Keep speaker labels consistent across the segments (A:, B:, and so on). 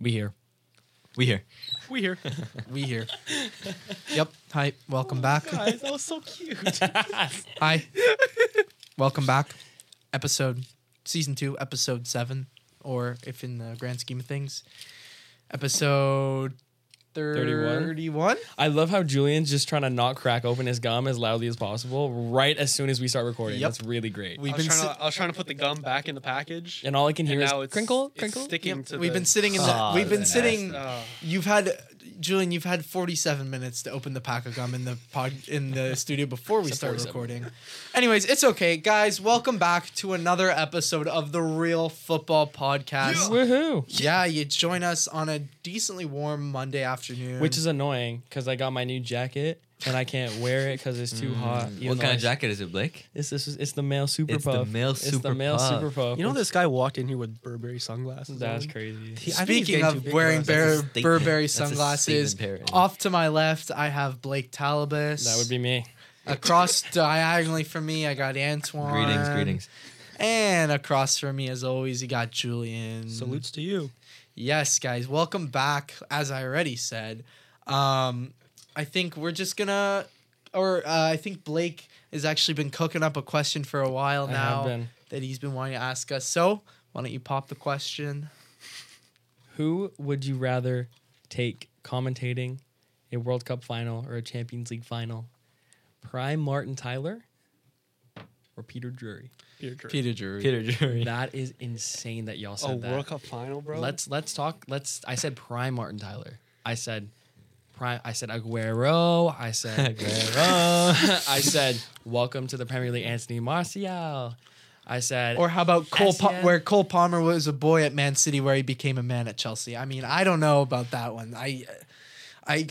A: We here.
B: We here.
A: We here. we here. Yep. Hi. Welcome back.
B: Guys, that was so cute.
A: Hi. Welcome back. Episode season two, episode seven, or if in the grand scheme of things, episode
C: 31?
A: 31?
C: I love how Julian's just trying to not crack open his gum as loudly as possible right as soon as we start recording.
A: Yep.
C: That's really great.
A: We've
B: I, was
A: been
B: trying
A: sit-
B: to, I was trying to put the gum back in the package.
C: and all I can hear is
B: now it's
C: crinkle,
B: it's
C: crinkle. Oh.
B: sticking
A: Yep.
B: to
A: We've
B: the-
A: been sitting in the
D: Ah,
A: we've been
D: that's
A: sitting
B: Ah.
A: you've had Julian, you've had 47 minutes to open the pack of gum in the pod in the studio before we
C: It's a
A: start
C: 47.
A: recording. Anyways, it's okay, guys. Welcome back to another episode of the Real Football Podcast. Yeah,
C: Woohoo!
A: you join us on a decently warm Monday afternoon.
C: Which is annoying because I got my new jacket and I can't wear it because it's too hot. even
D: Mm. What
C: though
D: kind
C: I-
D: of jacket is it, Blake?
C: It's this. It's the male super
D: It's the
C: puff.
D: male
C: It's the
D: super
C: male
D: puff.
C: super puff.
B: You know
C: It's-
B: this guy walked in here with Burberry sunglasses.
C: That's
B: on?
C: crazy.
D: He- I think he's
A: Speaking
D: getting too
A: of
D: big
A: wearing
D: for us. That's a
A: Bur-
D: statement.
A: Burberry
D: That's a statement
A: sunglasses,
D: parody.
A: off to my left, I have Blake Talibus.
C: That would be me.
A: across diagonally from me. I got Antoine.
D: Greetings, greetings.
A: And across from me, as always, you got Julian.
C: Mm-hmm.
B: Salutes to you.
A: Yes, guys, welcome back. As I already said, um, I think we're just gonna, or uh, I think Blake has actually been cooking up a question for a while
C: I have
A: now
C: been.
A: that he's been wanting to ask us. So why don't you pop the question?
C: Who would you rather take commentating a World Cup final or a Champions League final? Prime Martin Tyler or Peter Drury?
B: Peter Drury.
A: Peter Drew.
D: Peter Drury.
C: That is insane that y'all said
B: A
C: that.
B: Oh, World Cup final, bro.
C: Let's let's talk. Let's. I said prime Martin Tyler. I said prime. I said Aguero. I said Aguero. I said welcome to the Premier League, Anthony Martial. I said
A: Or how about Cole, pa-
C: SCN?
A: where Cole Palmer was a boy at Man City, where he became a man at Chelsea? I mean, I don't know about that one. I, I,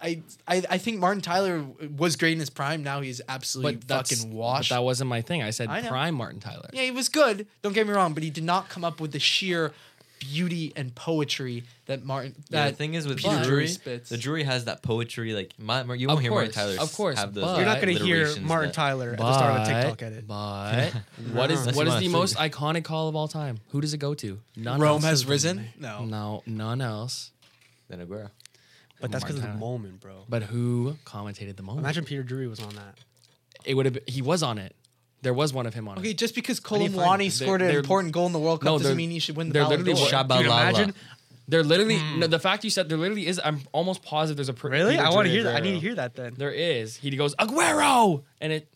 A: I, I, I think Martin Tyler was great in his prime. Now he's absolutely
C: that's-
A: fucking washed.
C: But that wasn't my thing. I said
A: I know.
C: prime Martin Tyler.
A: yeah, he was good. Don't get me wrong, but he did not come up with the sheer beauty and poetry that Martin. That
D: the thing is with
A: Peter
D: Peter
A: Drury
D: Drury,
A: spits.
D: the Drury has that poetry. Like my, you won't
C: Of
D: hear Martin
C: course,
D: Tyler.
C: of course,
D: have those.
C: but-
D: like,
C: You're not
B: gonna
D: alliterations that-
B: Tyler
C: But what is
D: Unless
C: what
D: you
C: is
D: wanna
C: the
D: sing.
C: most iconic call of all time? Who does it go to? None.
A: Rome
C: else.
A: has risen. No.
C: No, none else.
D: Then Aguero.
B: But that's because of the
C: Martin Tyler.
B: moment, bro.
C: But who commentated the moment?
B: Imagine Peter Drury was on that.
C: it would have. He was on it. There was one of him on it.
A: Okay, just because
C: need to find
A: Colomwani
C: it.
A: scored
C: They're-
A: an
C: they're-
A: important goal in the World Cup
C: No,
A: doesn't
C: they're-
A: mean he should win the
C: they're
A: Ballon
C: literally
A: d'Or.
C: shot
B: Dude, imagine.
C: There literally, no, the fact you said there literally is. I'm almost positive there's a per-
B: Hmm. Really?
C: Peter
B: I want to hear
C: Drury
B: that. I need to
C: Aguero.
B: hear that then.
C: There is. He goes Aguero, and it.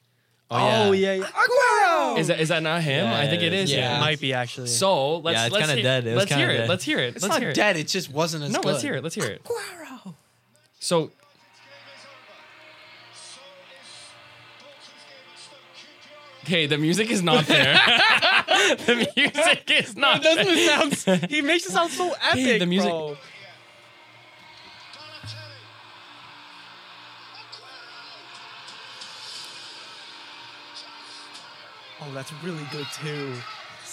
B: Oh yeah, yeah.
A: Aguero.
C: Is that is that not him?
D: Yeah,
C: I think it
D: it
C: is.
D: is.
C: Yeah.
D: Yeah.
B: It Oh. might be actually.
C: So let's
D: Yeah, it's
C: let's
D: kinda
C: hear-
D: dead. It was
C: let's
D: kinda
C: hear it.
D: dead.
C: Let's hear it.
A: It's
C: let's
A: not
C: hear it.
A: dead. It just wasn't as
C: No,
A: good.
C: let's hear it. Let's hear it. So Okay, the music is not there. the music is not there.
B: doesn't sound. He makes it sound so epic.
C: the music-
B: bro. Oh, that's really good too.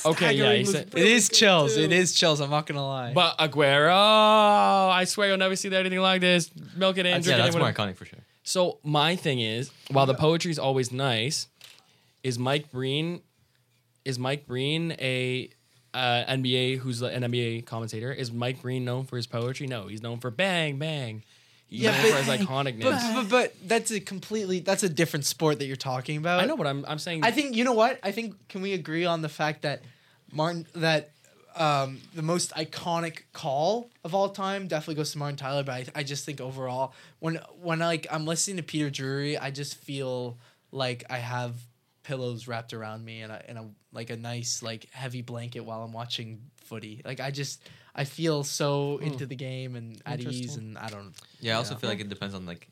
C: Okay,
B: Staggering
C: yeah, he
B: was
C: said-
A: It
B: brilliant,
A: is chills.
B: too.
A: It is chills. I'm not gonna lie.
C: But Aguero, I swear you'll never see anything like this. Milk it in,
D: That's,
C: drink
D: yeah,
C: it in,
D: that's more
C: whatever.
D: iconic for sure.
C: So my thing is, while the poetry is always nice, is Mike Breen is Mike Breen a uh, NBA who's an NBA commentator? Is Mike Breen known for his poetry? No, he's known for bang bang. He's
A: Yeah, but-
C: known for his iconicness.
A: but, but, but that's a completely that's a different sport that you're talking about.
C: I know, but I'm I'm saying
A: I think you know what? I think can we agree on the fact that Martin that um, the most iconic call of all time definitely goes to Martin Tyler, but I, I just think overall when when like I'm listening to Peter Drury, I just feel like I have pillows wrapped around me and a, and a like a nice like heavy blanket while I'm watching footy. Like I just I feel so into the game and at ease and I don't
D: Yeah, I also feel like it depends on like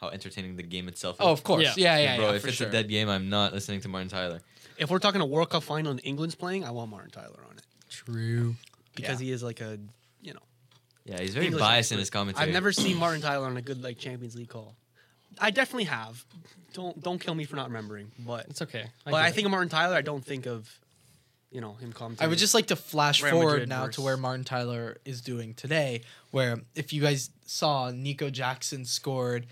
D: how entertaining the game itself. is.
A: Oh, of course. Yeah,
C: Yeah.
A: yeah, yeah.
D: bro,
A: yeah,
D: if
A: for
D: it's
A: sure.
D: a dead game, I'm not listening to Martin Tyler.
B: If we're talking a World Cup final and England's playing, I want Martin Tyler on it
C: true.
B: because he is like a, you know,
D: Yeah, he's very
B: English
D: biased in
B: expert.
D: his commentary.
B: I've never seen Martin Tyler on a good like Champions League call. I definitely have. Don't don't kill me for not remembering. But
C: It's okay.
B: but
C: get
B: I
C: it.
B: think of Martin Tyler. I don't think of, you know, him commentating.
A: I would just like to flash
B: Real
A: forward
B: Madrid
A: now to
B: versus-
A: where Martin Tyler is doing today, where if you guys saw Nico Jackson scored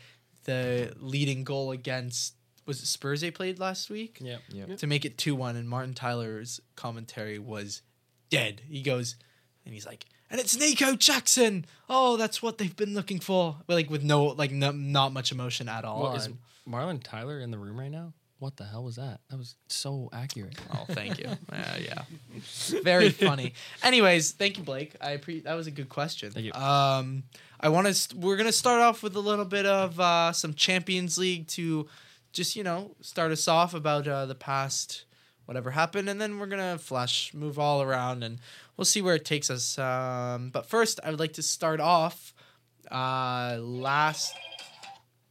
A: the leading goal against was it Spurs they played last week?
C: yeah.
D: Yeah.
A: To make it two one and Martin Tyler's commentary was dead. He goes and he's like and it's Nico Jackson. Oh, that's what they've been looking for. But like with no like no, not much emotion at all.
C: Well, is
A: And-
C: Marlon Tyler in the room right now? What the hell was that? That was so accurate.
D: Oh, thank you. Uh, yeah.
A: very funny. Anyways, thank you, Blake. I pre- that was a good question.
C: Thank you.
A: Um, I want to. St- we're gonna start off with a little bit of uh, some Champions League to just you know start us off about uh, the past whatever happened, and then we're gonna flash move all around and we'll see where it takes us. Um, but first, I would like to start off. Uh, last.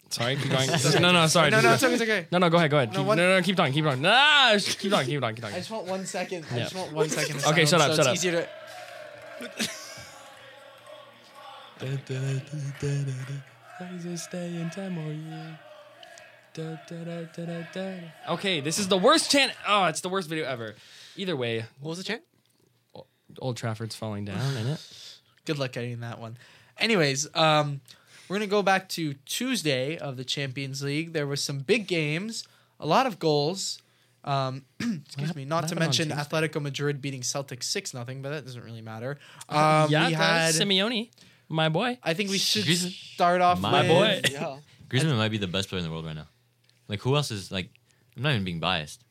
C: Sorry, keep going. no, no, sorry.
A: No, no, it's
C: just-
A: okay. It's okay.
C: no, no, go ahead, go ahead.
A: No,
C: Keep- No,
A: what-
C: no, no, keep talking, keep talking. Nah, sh- keep talking, keep talking, keep
A: I
C: talking.
A: just want one second. I
C: Yeah.
A: just want one second. of
C: Okay,
A: silence,
C: shut up,
A: so it's
C: shut up.
A: Easier to,
C: Okay, this is the worst chant. Oh, it's the worst video ever. Either way,
B: What was the chant?
C: Old Trafford's falling down in it.
A: good luck getting that one. Anyways, um, we're gonna go back to Tuesday of the Champions League. There were some big games, a lot of goals. Um, excuse
C: hap-
A: me.
C: what
A: Not to
C: happened on
A: mention
C: Tuesday?
A: Atletico Madrid beating Celtic six 0 but that doesn't really matter. Um,
C: yeah,
A: we
C: that's
A: had.
C: Simeone, my boy.
A: I think we should
D: Jesus.
A: start off.
D: My
A: with,
C: boy.
B: Yeah.
D: Griezmann might be the best player in the world right now. Like who else is like? I'm not even being biased.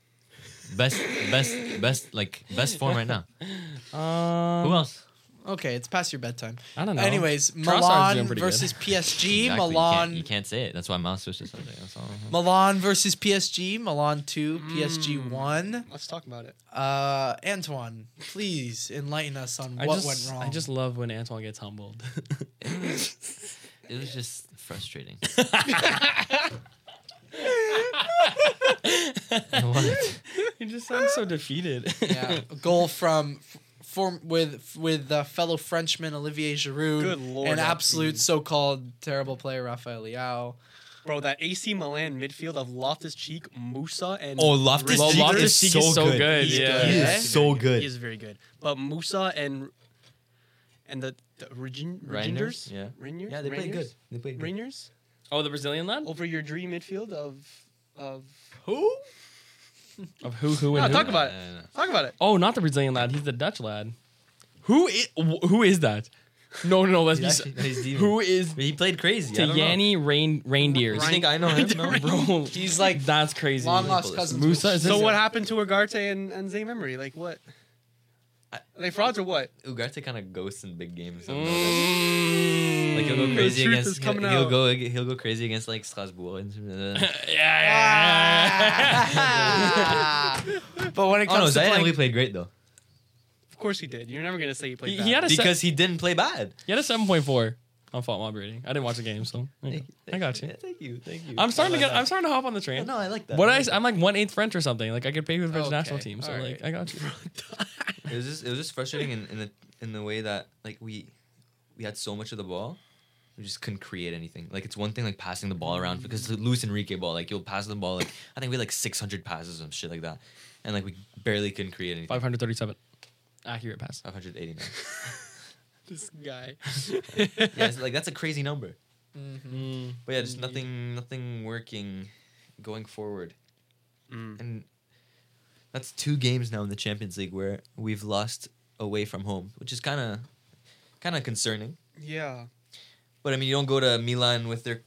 D: Best, best, best, like best form right now.
C: Um,
D: Who else?
A: Okay, it's past your bedtime.
C: I don't know.
A: Anyways,
C: Trossard's
A: Milan
C: doing pretty good.
A: versus PSG.
D: Exactly, you can't-
A: Milan.
D: You can't, say it. That's why Milan switched to something. That's all.
A: Milan versus PSG. Milan two. PSG
C: Hmm.
A: one.
B: Let's talk about it.
A: Uh, Antoine, please enlighten us on
C: I
A: what
C: just,
A: went wrong.
C: I just love when Antoine gets humbled.
D: It was just frustrating. what?
C: he just sounds so defeated.
A: yeah, a goal from f- form with with uh, fellow Frenchman Olivier Giroud,
B: Good lord,
A: an
B: that
A: absolute
B: team.
A: so-called terrible player Rafael Leao.
B: Bro, that AC Milan midfield of Loftus Cheek, Musa, and
E: Oh, Loftus
C: Well,
E: Cheek
C: Loftus
E: is,
C: Cheek
E: so
C: is so
E: good.
C: good,
E: He's
C: yeah.
E: He
A: Yeah.
E: is so
B: He is
E: good.
B: very good. But Musa and and the, the Regin,
D: Rangers?
B: Reginders?
D: Yeah.
B: Rangers?
E: Yeah, they played good.
B: Rangers?
E: They played good.
B: Rangers?
C: oh, the Brazilian lad
B: Over your dream midfield of of
A: Who?
C: of who, who,
B: No,
C: and who?
B: talk about it.
D: No, no, no.
B: Talk about it.
C: Oh, not the Brazilian lad. He's the Dutch lad. Who is wh- who is that? No, no, no. Let's be.
D: He's
C: s-
D: actually- he's demon.
C: Who is
D: He played crazy. I don't know.
C: Tayani Rain Reindeers?
D: You think I know him? No, bro.
C: Bro,
A: He's like
C: that's crazy.
A: long lost cousins.
C: Musa is
B: So
C: this-
B: what happened to Ugarte and, and Zay Memory? Like what? Are they frauds or what?
D: Ugarte kind of ghosts in big games.
C: Mm.
D: Like he'll go crazy
B: truth
D: against.
B: is coming
D: he'll, he'll
B: out.
D: go. He'll go crazy against like Strasbourg. And, uh,
C: Yeah, yeah,
A: but when it
D: oh no,
A: comes to
D: Zayan
A: playing,
D: we played great though
B: Of course he did. You're never gonna say he played.
C: He-
B: bad.
C: he had a-
D: because he didn't play bad.
C: yeah. You had a seven point four on fault mob rating. I didn't watch the game, so you know, I got you.
D: Yeah, Thank you. Thank you.
C: I'm starting to
D: I love
C: get. I'm starting to hop on the train.
D: that. No, I like that.
C: What
D: I
C: I
D: like
C: I'm like one eighth French or something. Like I could pay for the French
A: Okay,
C: national team. So like
A: alright.
C: I got you.
D: it was just it was just frustrating in, in the in the way that like we we had so much of the ball we just couldn't create anything like it's one thing like passing the ball around because the Luis Enrique ball like you'll pass the ball like I think we had like 600 passes and shit like that and like we barely couldn't create anything
C: Five hundred thirty seven. Accurate pass.
D: 589
B: this guy.
D: yeah it's, like that's a crazy number
C: Mm.
D: but yeah just nothing nothing working going forward and that's two games now in the Champions League where we've lost away from home which is kind of kind of concerning
B: Yeah.
D: But I mean, you don't go to Milan with their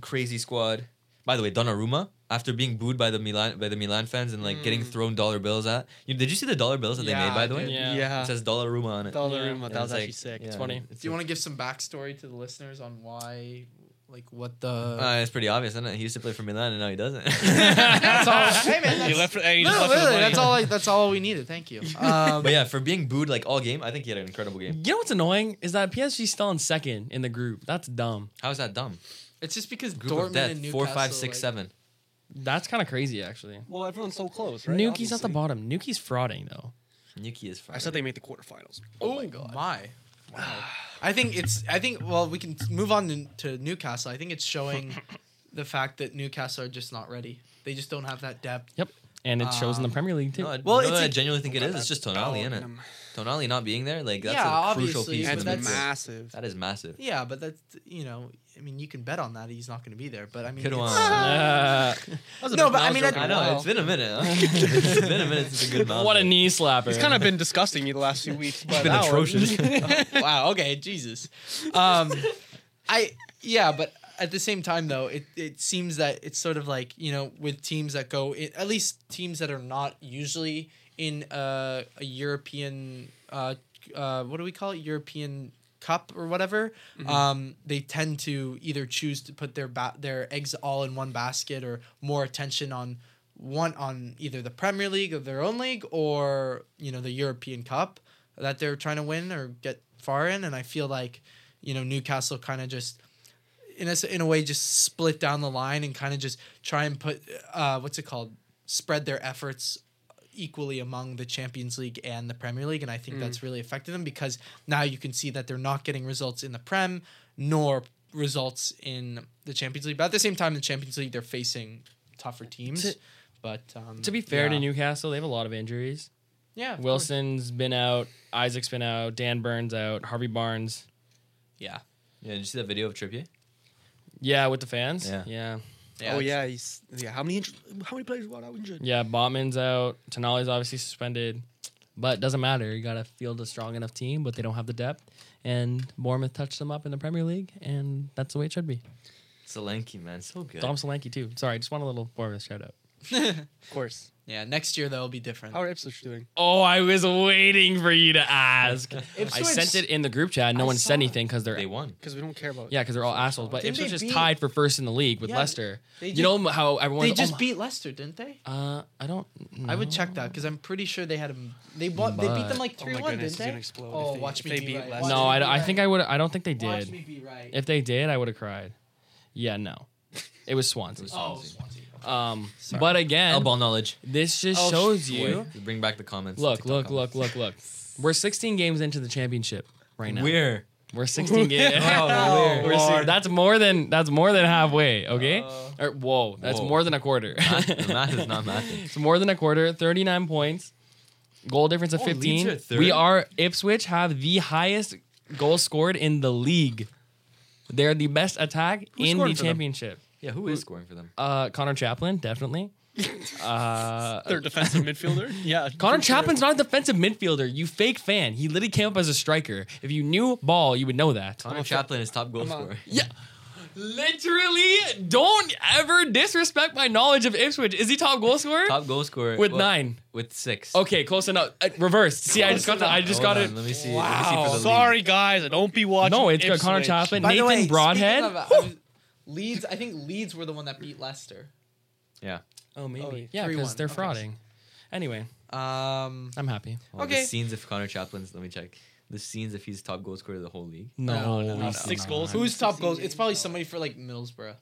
D: crazy squad. By the way, Donnarumma, after being booed by the Milan by the Milan fans and like getting
B: Mm.
D: thrown dollar bills at, you, did you see the dollar bills that
A: Yeah,
D: they made? By
A: I
D: the way,
A: did.
C: Yeah.
D: it says Donnarumma on it.
B: Dollar
C: Yeah.
B: room.
D: And
B: That was
D: it's like-
B: actually sick.
D: yeah,
C: It's funny.
D: It's
A: do you want to give some backstory to the listeners on why, like, what the?
D: Uh, it's pretty obvious, isn't it? He used to play for Milan, and now he doesn't.
A: that's all. Hey man,
B: He
A: that's,
B: left. For, he just
A: no,
B: left for the
A: literally,
B: money.
A: that's all. I, that's all we needed. Thank you. Um,
D: but yeah, for being booed like all game, I think he had an incredible game.
C: You know what's annoying is that PSG's still in second in the group. That's dumb.
D: How is that dumb?
A: It's just because
D: Group
A: Dortmund
D: of death,
A: and Newcastle.
D: four, five, six,
A: like-
D: seven.
C: That's kind of crazy, actually.
B: Well, everyone's so close, right?
C: Nuki's at the
B: Obviously.
C: bottom. Nuki's frauding though.
D: Yuki is fine.
B: I said they made the quarterfinals.
A: Oh, my Wow. I think it's. I think. Well, we can move on to, to Newcastle. I think it's showing the fact that Newcastle are just not ready. They just don't have that depth.
C: Yep. and it shows in the Premier League too.
D: No, I,
A: Well,
D: well, you know
A: it's
D: what I
A: a-
D: genuinely think it is.
B: That's
D: It's just Tonali, innit?
B: Bellingham.
D: Tonali not being there, like that's
A: Yeah,
D: a crucial
A: obviously,
D: piece
A: but
D: to
B: That's
D: the midfield.
A: that's-
B: massive.
D: That is massive.
A: Yeah, but that's you know, I mean, you can bet on that he's not going to be there. But I mean,
D: Good
A: it's-
D: one.
C: Uh,
A: No, but I mean,
D: I know
A: Wow.
D: it's been a minute. Huh? it's been a minute since a good mouth.
C: what a knee slapper!
B: It's kind of been disgusting me the last few weeks. But
D: been
B: that one-
D: atrocious.
A: wow. Okay, Jesus. Um, I yeah, but at the same time though, it it seems that it's sort of like you know with teams that go it, at least teams that are not usually in uh, a European uh, uh, what do we call it European Cup or whatever. Um, they tend to either choose to put their ba- their eggs all in one basket or more attention on one on either the Premier League of their own league or you know the European Cup that they're trying to win or get far in. And I feel like you know Newcastle kind of just in a s- in a way just split down the line and kind of just try and put uh, what's it called spread their efforts equally among the Champions League and the Premier League and I
C: Mm.
A: think that's really affected them because now you can see that they're not getting results in the Prem nor results in the Champions League but at the same time the Champions League they're facing tougher teams
C: To-
A: but um,
C: to be fair
A: yeah.
C: to Newcastle, they have a lot of injuries.
A: yeah of course.
C: Wilson's been out, Isaac's been out, Dan Burns out, Harvey Barnes.
A: yeah
D: Yeah, did you see that video of Trippier?
C: Yeah, with the fans.
D: Yeah.
C: yeah,
B: oh yeah, he's yeah. How many inj- how many players were out injured?
C: yeah. Botman's out. Tonali's obviously suspended, but doesn't matter. You got to field a strong enough team, but they don't have the depth. And Bournemouth touched them up in the Premier League, and that's the way it should be.
D: Solanke, man, so good.
C: Dom Solanke too. Sorry, just want a little Bournemouth shout out.
B: Of course.
A: yeah next year that'll be different
B: How are Ipswich doing?
C: Oh, I was waiting for you to ask. I
A: Ipswich-
C: sent it in the group chat. No
A: I
C: one
A: saw
C: said anything because they're
D: They won.
B: Because we don't care about.
C: yeah, because they're all assholes. But
A: Didn't they
C: Ipswich is
A: beat-
C: tied for first in the league with
A: Yeah,
C: Leicester.
A: they
C: you
A: just-
C: know how everyone oh
A: they just beat Leicester didn't they
C: Uh, I don't.
A: I would check that because I'm pretty sure they had them. They won. They beat them like
B: Oh
A: three
B: my
A: one,
B: goodness,
A: didn't
B: it's
A: they?
B: gonna explode if
A: oh,
B: they-
A: watch
B: if
A: me
B: they
A: be
B: beat
A: right.
B: Leicester.
A: Watch
C: No,
A: me be
C: I, I think I would. I don't think they
A: right. Watch
C: did.
A: me be right.
C: If they did, I would have cried. Yeah, no, it was Swansea.
A: oh,
D: Swansea.
A: Swansea.
C: Um, but again,
D: Elbow Oh, knowledge.
C: this just
A: Oh,
C: shows
A: sh-
C: you.
D: Boy, bring back the comments.
C: Look,
D: TikTok
C: look,
D: comments.
C: look, look, look. We're 16 games into the championship right now.
D: We're
C: We're 16 games.
A: Oh,
C: We're si-
A: Lord.
C: that's more than that's more than halfway. Okay.
A: Uh,
C: or, whoa, that's
D: Whoa.
C: more than a quarter.
D: math, the math is not mathing.
C: It's more than a quarter. 39 points. Goal difference of
D: Oh, Leeds
C: 15.
D: are third?
C: we are Ipswich have the highest goal scored in the league. They're the best attack
B: Who
C: in
B: scored
C: the
B: for them?
C: championship.
D: Yeah, who is scoring for them?
C: Uh, Connor Chaplin, definitely. uh,
B: They're defensive midfielder. Yeah,
C: Connor
B: for sure.
C: Chaplin's not a defensive midfielder. You fake fan. He literally came up as a striker. If you knew ball, you would know that.
D: Connor Chaplin is top goal
B: Come on.
D: scorer.
C: Yeah. Literally, don't ever disrespect my knowledge of Ipswich. Is he top goal scorer?
D: Top goal scorer
C: With
D: well,
C: nine.
D: With six.
C: Okay, close enough. Uh, reversed. See, I just got that. I just got
D: Hold
C: it.
D: on, Let me see. Let me see
B: Wow.
D: for the
B: Sorry guys, I don't be watching.
C: No, it's got
B: Ipswich.
C: Connor Chaplin.
A: By
C: Nathan
A: the way,
C: Broadhead.
A: speaking of, uh, I was- Leeds. I think Leeds were the one that beat Leicester.
D: League. Yeah.
C: oh, maybe.
B: Oh, yeah.
C: yeah, because
A: 3-1.
C: they're
A: Okay.
C: frauding. Anyway,
A: Um.
C: I'm happy.
D: Well,
A: Okay.
D: The scenes if Connor Chaplin's. Let me check. The scenes if he's top goal scorer of the whole league.
C: No,
B: no, no, six goals.
C: Who's
A: Who's top goals? It's probably somebody for like Middlesbrough.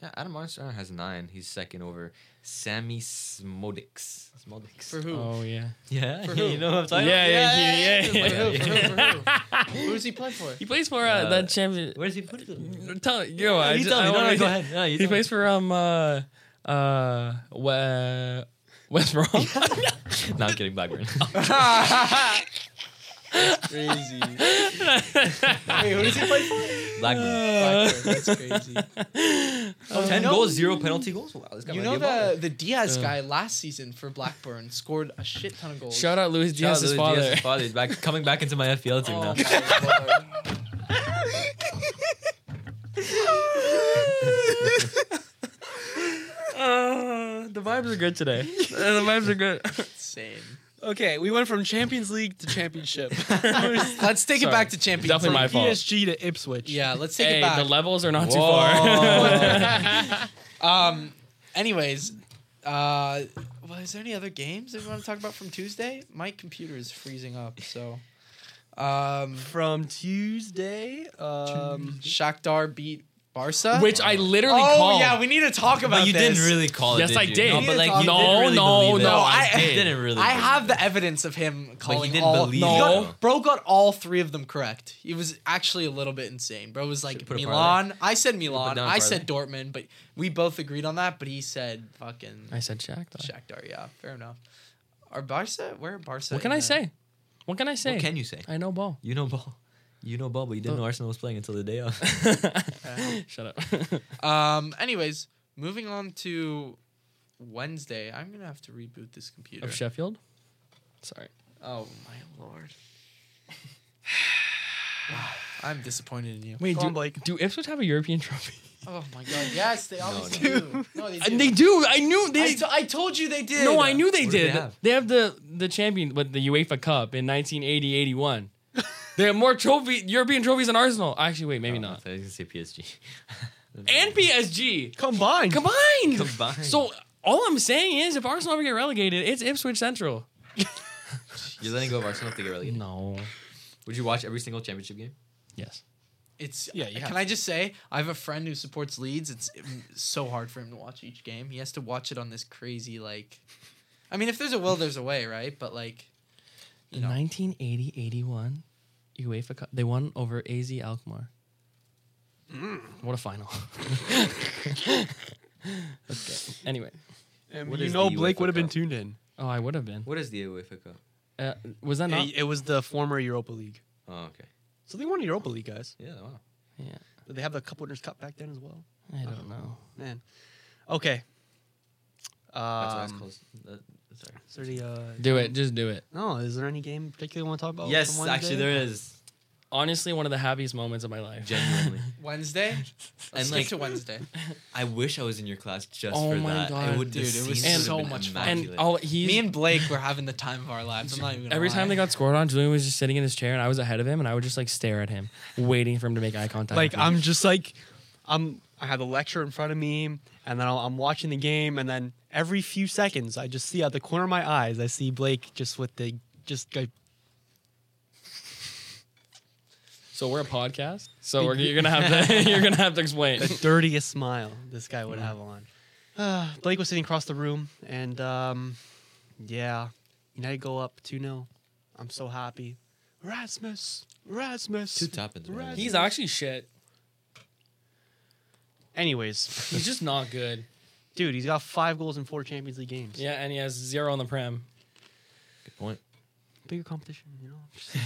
D: Yeah, Adam Armstrong has nine. He's second over Sammy Smodix. Smodix.
A: For who?
C: Oh yeah.
D: Yeah,
A: For who?
D: you know what I'm
C: Yeah,
D: talking
C: yeah, yeah.
A: For
C: yeah,
A: who? For
C: yeah.
A: who? For who? Who does he play for?
C: He plays for uh,
D: Uh,
C: that champion.
D: about. Where does he put it?
C: Tell yo, I
D: you
C: just,
D: tell me.
C: I
D: No,
C: wanna-
D: no, go ahead. No, you
C: he
D: tell me.
C: plays for um uh uh we- West Brom.
D: no, I'm kidding. Blackburn.
A: crazy. Wait, who does he play for?
D: Blackburn.
A: Blackburn. That's crazy.
D: Ten
C: Oh,
A: you know-
D: goals, zero penalty goals. Wow, this guy
A: You
D: might
A: know
D: be a baller.
A: the the Diaz guy last season for Blackburn scored a shit ton of goals.
C: Shout out Luis
D: Shout out
C: Diaz's
D: Luis
C: father.
D: Diaz's father. He's back, coming back into my FPL team now.
C: Uh, the vibes are good today. Uh, the vibes are good.
A: Insane.
B: Okay, we went from Champions League to Championship.
A: Let's take
C: Sorry.
A: it back to Champions.
C: Definitely my
A: League.
C: fault.
B: PSG to Ipswich.
A: Yeah, let's take
C: Hey,
A: it back.
C: the levels are not too
D: Whoa.
C: far.
A: um. Anyways, uh, well, is there any other games that we want to talk about from Tuesday? My computer is freezing up, so. Um,
B: From Tuesday, um,
A: Shakhtar beat Barca.
C: which I literally
A: oh
C: called.
A: yeah, we need to talk about.
D: But you
A: this.
D: didn't really call it.
C: Yes,
D: did
C: I
D: you?
C: did.
D: No,
A: You
D: but like
A: didn't
D: you
A: call it.
D: didn't really
C: No,
D: believe it.
C: no,
A: I
D: You
C: did.
D: didn't really.
A: I
D: believe
A: have
D: it.
A: the evidence of him calling
D: didn't
A: all.
D: believe
A: he
C: it,
A: got-
C: though.
A: bro got all three of them correct. He was actually a little bit insane. Bro was like
D: put a
A: Milan. I said Milan.
D: down
A: I
D: a
A: said Dortmund, but we both agreed on that. But he said fucking
C: I said Shaq. Though.
A: Shakhtar. Yeah, fair enough. Are Barca? Where are Barca?
C: What can
A: in
C: I
A: the-
C: say? What can I say?
D: What can you say?
C: I know ball.
D: You know ball. You know ball, but you didn't know Arsenal was playing until the day of.
C: Shut up.
A: Um. Anyways, moving on to Wednesday. I'm gonna have to reboot this computer.
C: of Sheffield. Sorry.
A: oh my lord. I'm disappointed in you.
C: Wait,
B: Go
C: do,
B: on, Blake.
C: do Ipswich have a European trophy?
A: Oh my god. Yes, they always do. No, they do.
C: they do. I knew
A: I
C: they.
A: to- I told you they did.
C: no, I knew they
D: What do they
C: did. They have?
D: have?
C: the the champion, but the UEFA Cup in 1980, 81. they have more trophy European trophies than Arsenal. Actually, wait, maybe not.
D: I was gonna say PSG.
C: And PSG
B: Combined.
C: combined.
D: Combined.
C: So all I'm saying is, if Arsenal ever get relegated, it's Ipswich Central.
D: You're letting go of Arsenal to get relegated.
C: No.
D: Would you watch every single championship game?
C: Yes.
A: It's
B: Yeah, you have
A: Can I just say I have a friend who supports Leeds. It's mm, so hard for him to watch each game. He has to watch it on this crazy like I mean, if there's a will there's a way, right? But like you know,
C: 1980, 81, UEFA Cup. They won over AZ Alkmaar. Mm. What a final. okay. Anyway.
B: Um,
D: What
B: you
D: is
B: know,
D: the
B: Blake
D: UEFA
B: would have been
D: Cup?
B: tuned in.
C: Oh, I would have been.
D: What is the UEFA Cup?
C: Uh, was that not?
B: It, it was the former Europa League.
D: Oh, okay.
B: So they won a Europa League, guys.
D: Yeah, wow.
C: Yeah.
B: Did they have the Cup Winners' Cup back then as well?
C: I don't know.
B: Man. Okay.
D: That's, that's
B: Um,
D: close. That- sorry.
B: is there any, uh,
C: Do it. Just do it.
B: No, is there any game in particular you want to talk about?
D: yes,
B: from Wednesday?
D: actually, there is.
C: Honestly, one of the happiest moments of my life.
D: Genuinely.
A: Wednesday?
D: And,
A: Let's skip
D: like-
A: to Wednesday.
D: I wish I was in your class just
C: Oh
D: for
C: my
D: that.
C: God,
D: I would, the
A: dude, it was
D: scenes
C: so
D: would've been
A: much fun.
C: And
D: immaculate.
C: all he's
A: Me and Blake were having the time of our lives. I'm not even gonna
C: every
A: lie.
C: time they got scored on, Julian was just sitting in his chair, and I was ahead of him, and I would just like stare at him, waiting for him to make eye contact.
B: Like
C: with me.
B: I'm just like, I'm. I have a lecture in front of me, and then I'll, I'm watching the game, and then every few seconds, I just see out the corner of my eyes, I see Blake just with the just go,
C: So we're a podcast. So we're, you're gonna have to you're gonna have to explain.
B: the dirtiest smile this guy would have on.
D: Mm-hmm.
B: Ah, Blake was sitting across the room, and um, yeah, United go up 2 0. I'm so happy. Rasmus! Rasmus!
D: Two tappins, man.
B: Rasmus.
C: He's actually shit.
B: Anyways,
C: He's just not good.
B: dude, he's got five goals in four Champions League games.
C: Yeah, and he has zero on the prem.
D: Good point.
B: Bigger competition, you know?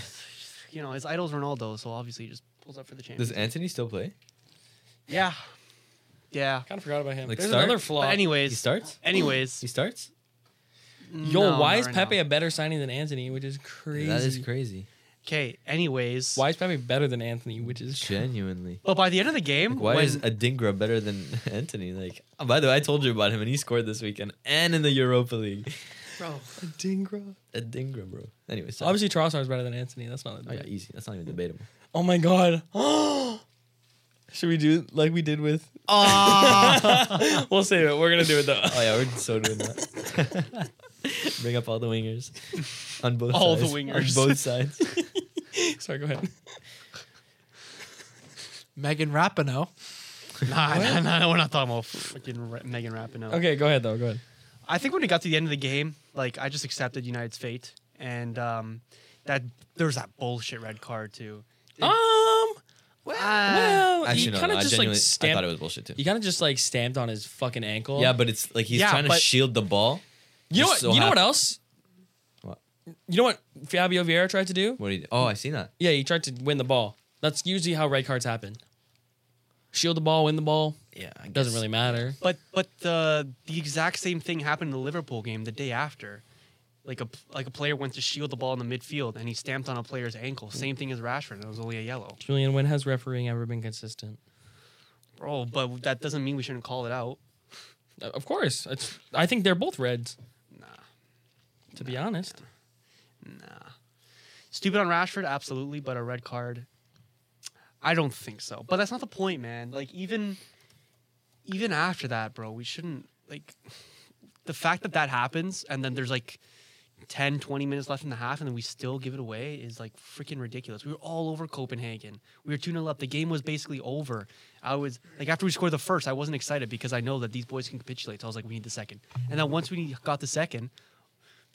B: you know, his idol's Ronaldo, so obviously he just pulls up for the Champions
D: Does Anthony still play?
B: Yeah. Yeah.
C: Kind of forgot about him.
D: Like
C: There's
D: start?
C: another flaw.
B: But anyways,
D: He starts.
B: anyways,
D: He starts.
C: Yo, why is Pepe a better signing than Anthony? Which is crazy.
D: That is crazy.
B: Okay, anyways.
C: Why is Pepe better than Anthony? Which is
D: Genuinely.
B: Well, by the end of the game,
D: Like, why
B: when-
D: is Adingra better than Anthony? Like, oh, by the way, I told you about him, and he scored this weekend and in the Europa League.
A: bro,
C: Dingra.
D: Adingra, bro. Anyway, sorry.
C: Obviously, Trossard is better than Anthony. That's not. A
D: oh yeah,
C: debate.
D: easy. That's not even debatable.
C: Oh my god. Should we do like we did with? we'll save it. We're gonna do it though.
D: Oh yeah, we're so doing that. Bring up all the wingers on both
B: All the
D: sides.
B: wingers.
D: on both sides.
C: Sorry, go ahead.
A: Megan Rapinoe.
B: Nah, nah, nah, we're not talking about fucking Ra- Megan Rapinoe.
C: Okay, go ahead though. Go ahead.
B: I think when it got to the end of the game, like I just accepted United's fate, and um, that there was that bullshit red card too. Ah,
C: Um. Well,
D: Uh, Actually,
C: you
D: no,
C: kind
D: no,
C: of
D: I
C: just like
D: genuinely I thought
C: stamped.
D: it was bullshit too.
C: You kind of just like stamped on his fucking ankle.
D: Yeah, but it's like he's
B: Yeah,
D: trying to
B: but-
D: shield the ball.
C: you know
D: he's
C: what?
D: so
C: you know what
D: happy.
C: else?
D: What?
C: You know what Fabio Vieira tried to do?
D: What do you do? Oh, I seen that.
C: Yeah, he tried to win the ball. That's usually how red cards happen. Shield the ball, win the ball.
D: Yeah, I
C: Doesn't really matter.
B: But but the the exact same thing happened in the Liverpool game the day after. Like a like a player went to shield the ball in the midfield and he stamped on a player's ankle. Same thing as Rashford. It was only a yellow.
C: Julian, when has refereeing ever been consistent?
B: Bro, but that doesn't mean we shouldn't call it out.
C: Uh, Of course, it's. I think they're both reds.
B: Nah.
C: To be honest,
B: Nah. Stupid on Rashford, absolutely, but a red card, I don't think so. But that's not the point, man. Like even, even after that, bro, we shouldn't like the fact that that happens, and then there's like 10, 20 minutes left in the half and then we still give it away is like freaking ridiculous. We were all over Copenhagen. We were 2 0 up. The game was basically over. I was like, after we scored the first, I wasn't excited because I know that these boys can capitulate. So I was like, we need the second. And then once we got the second,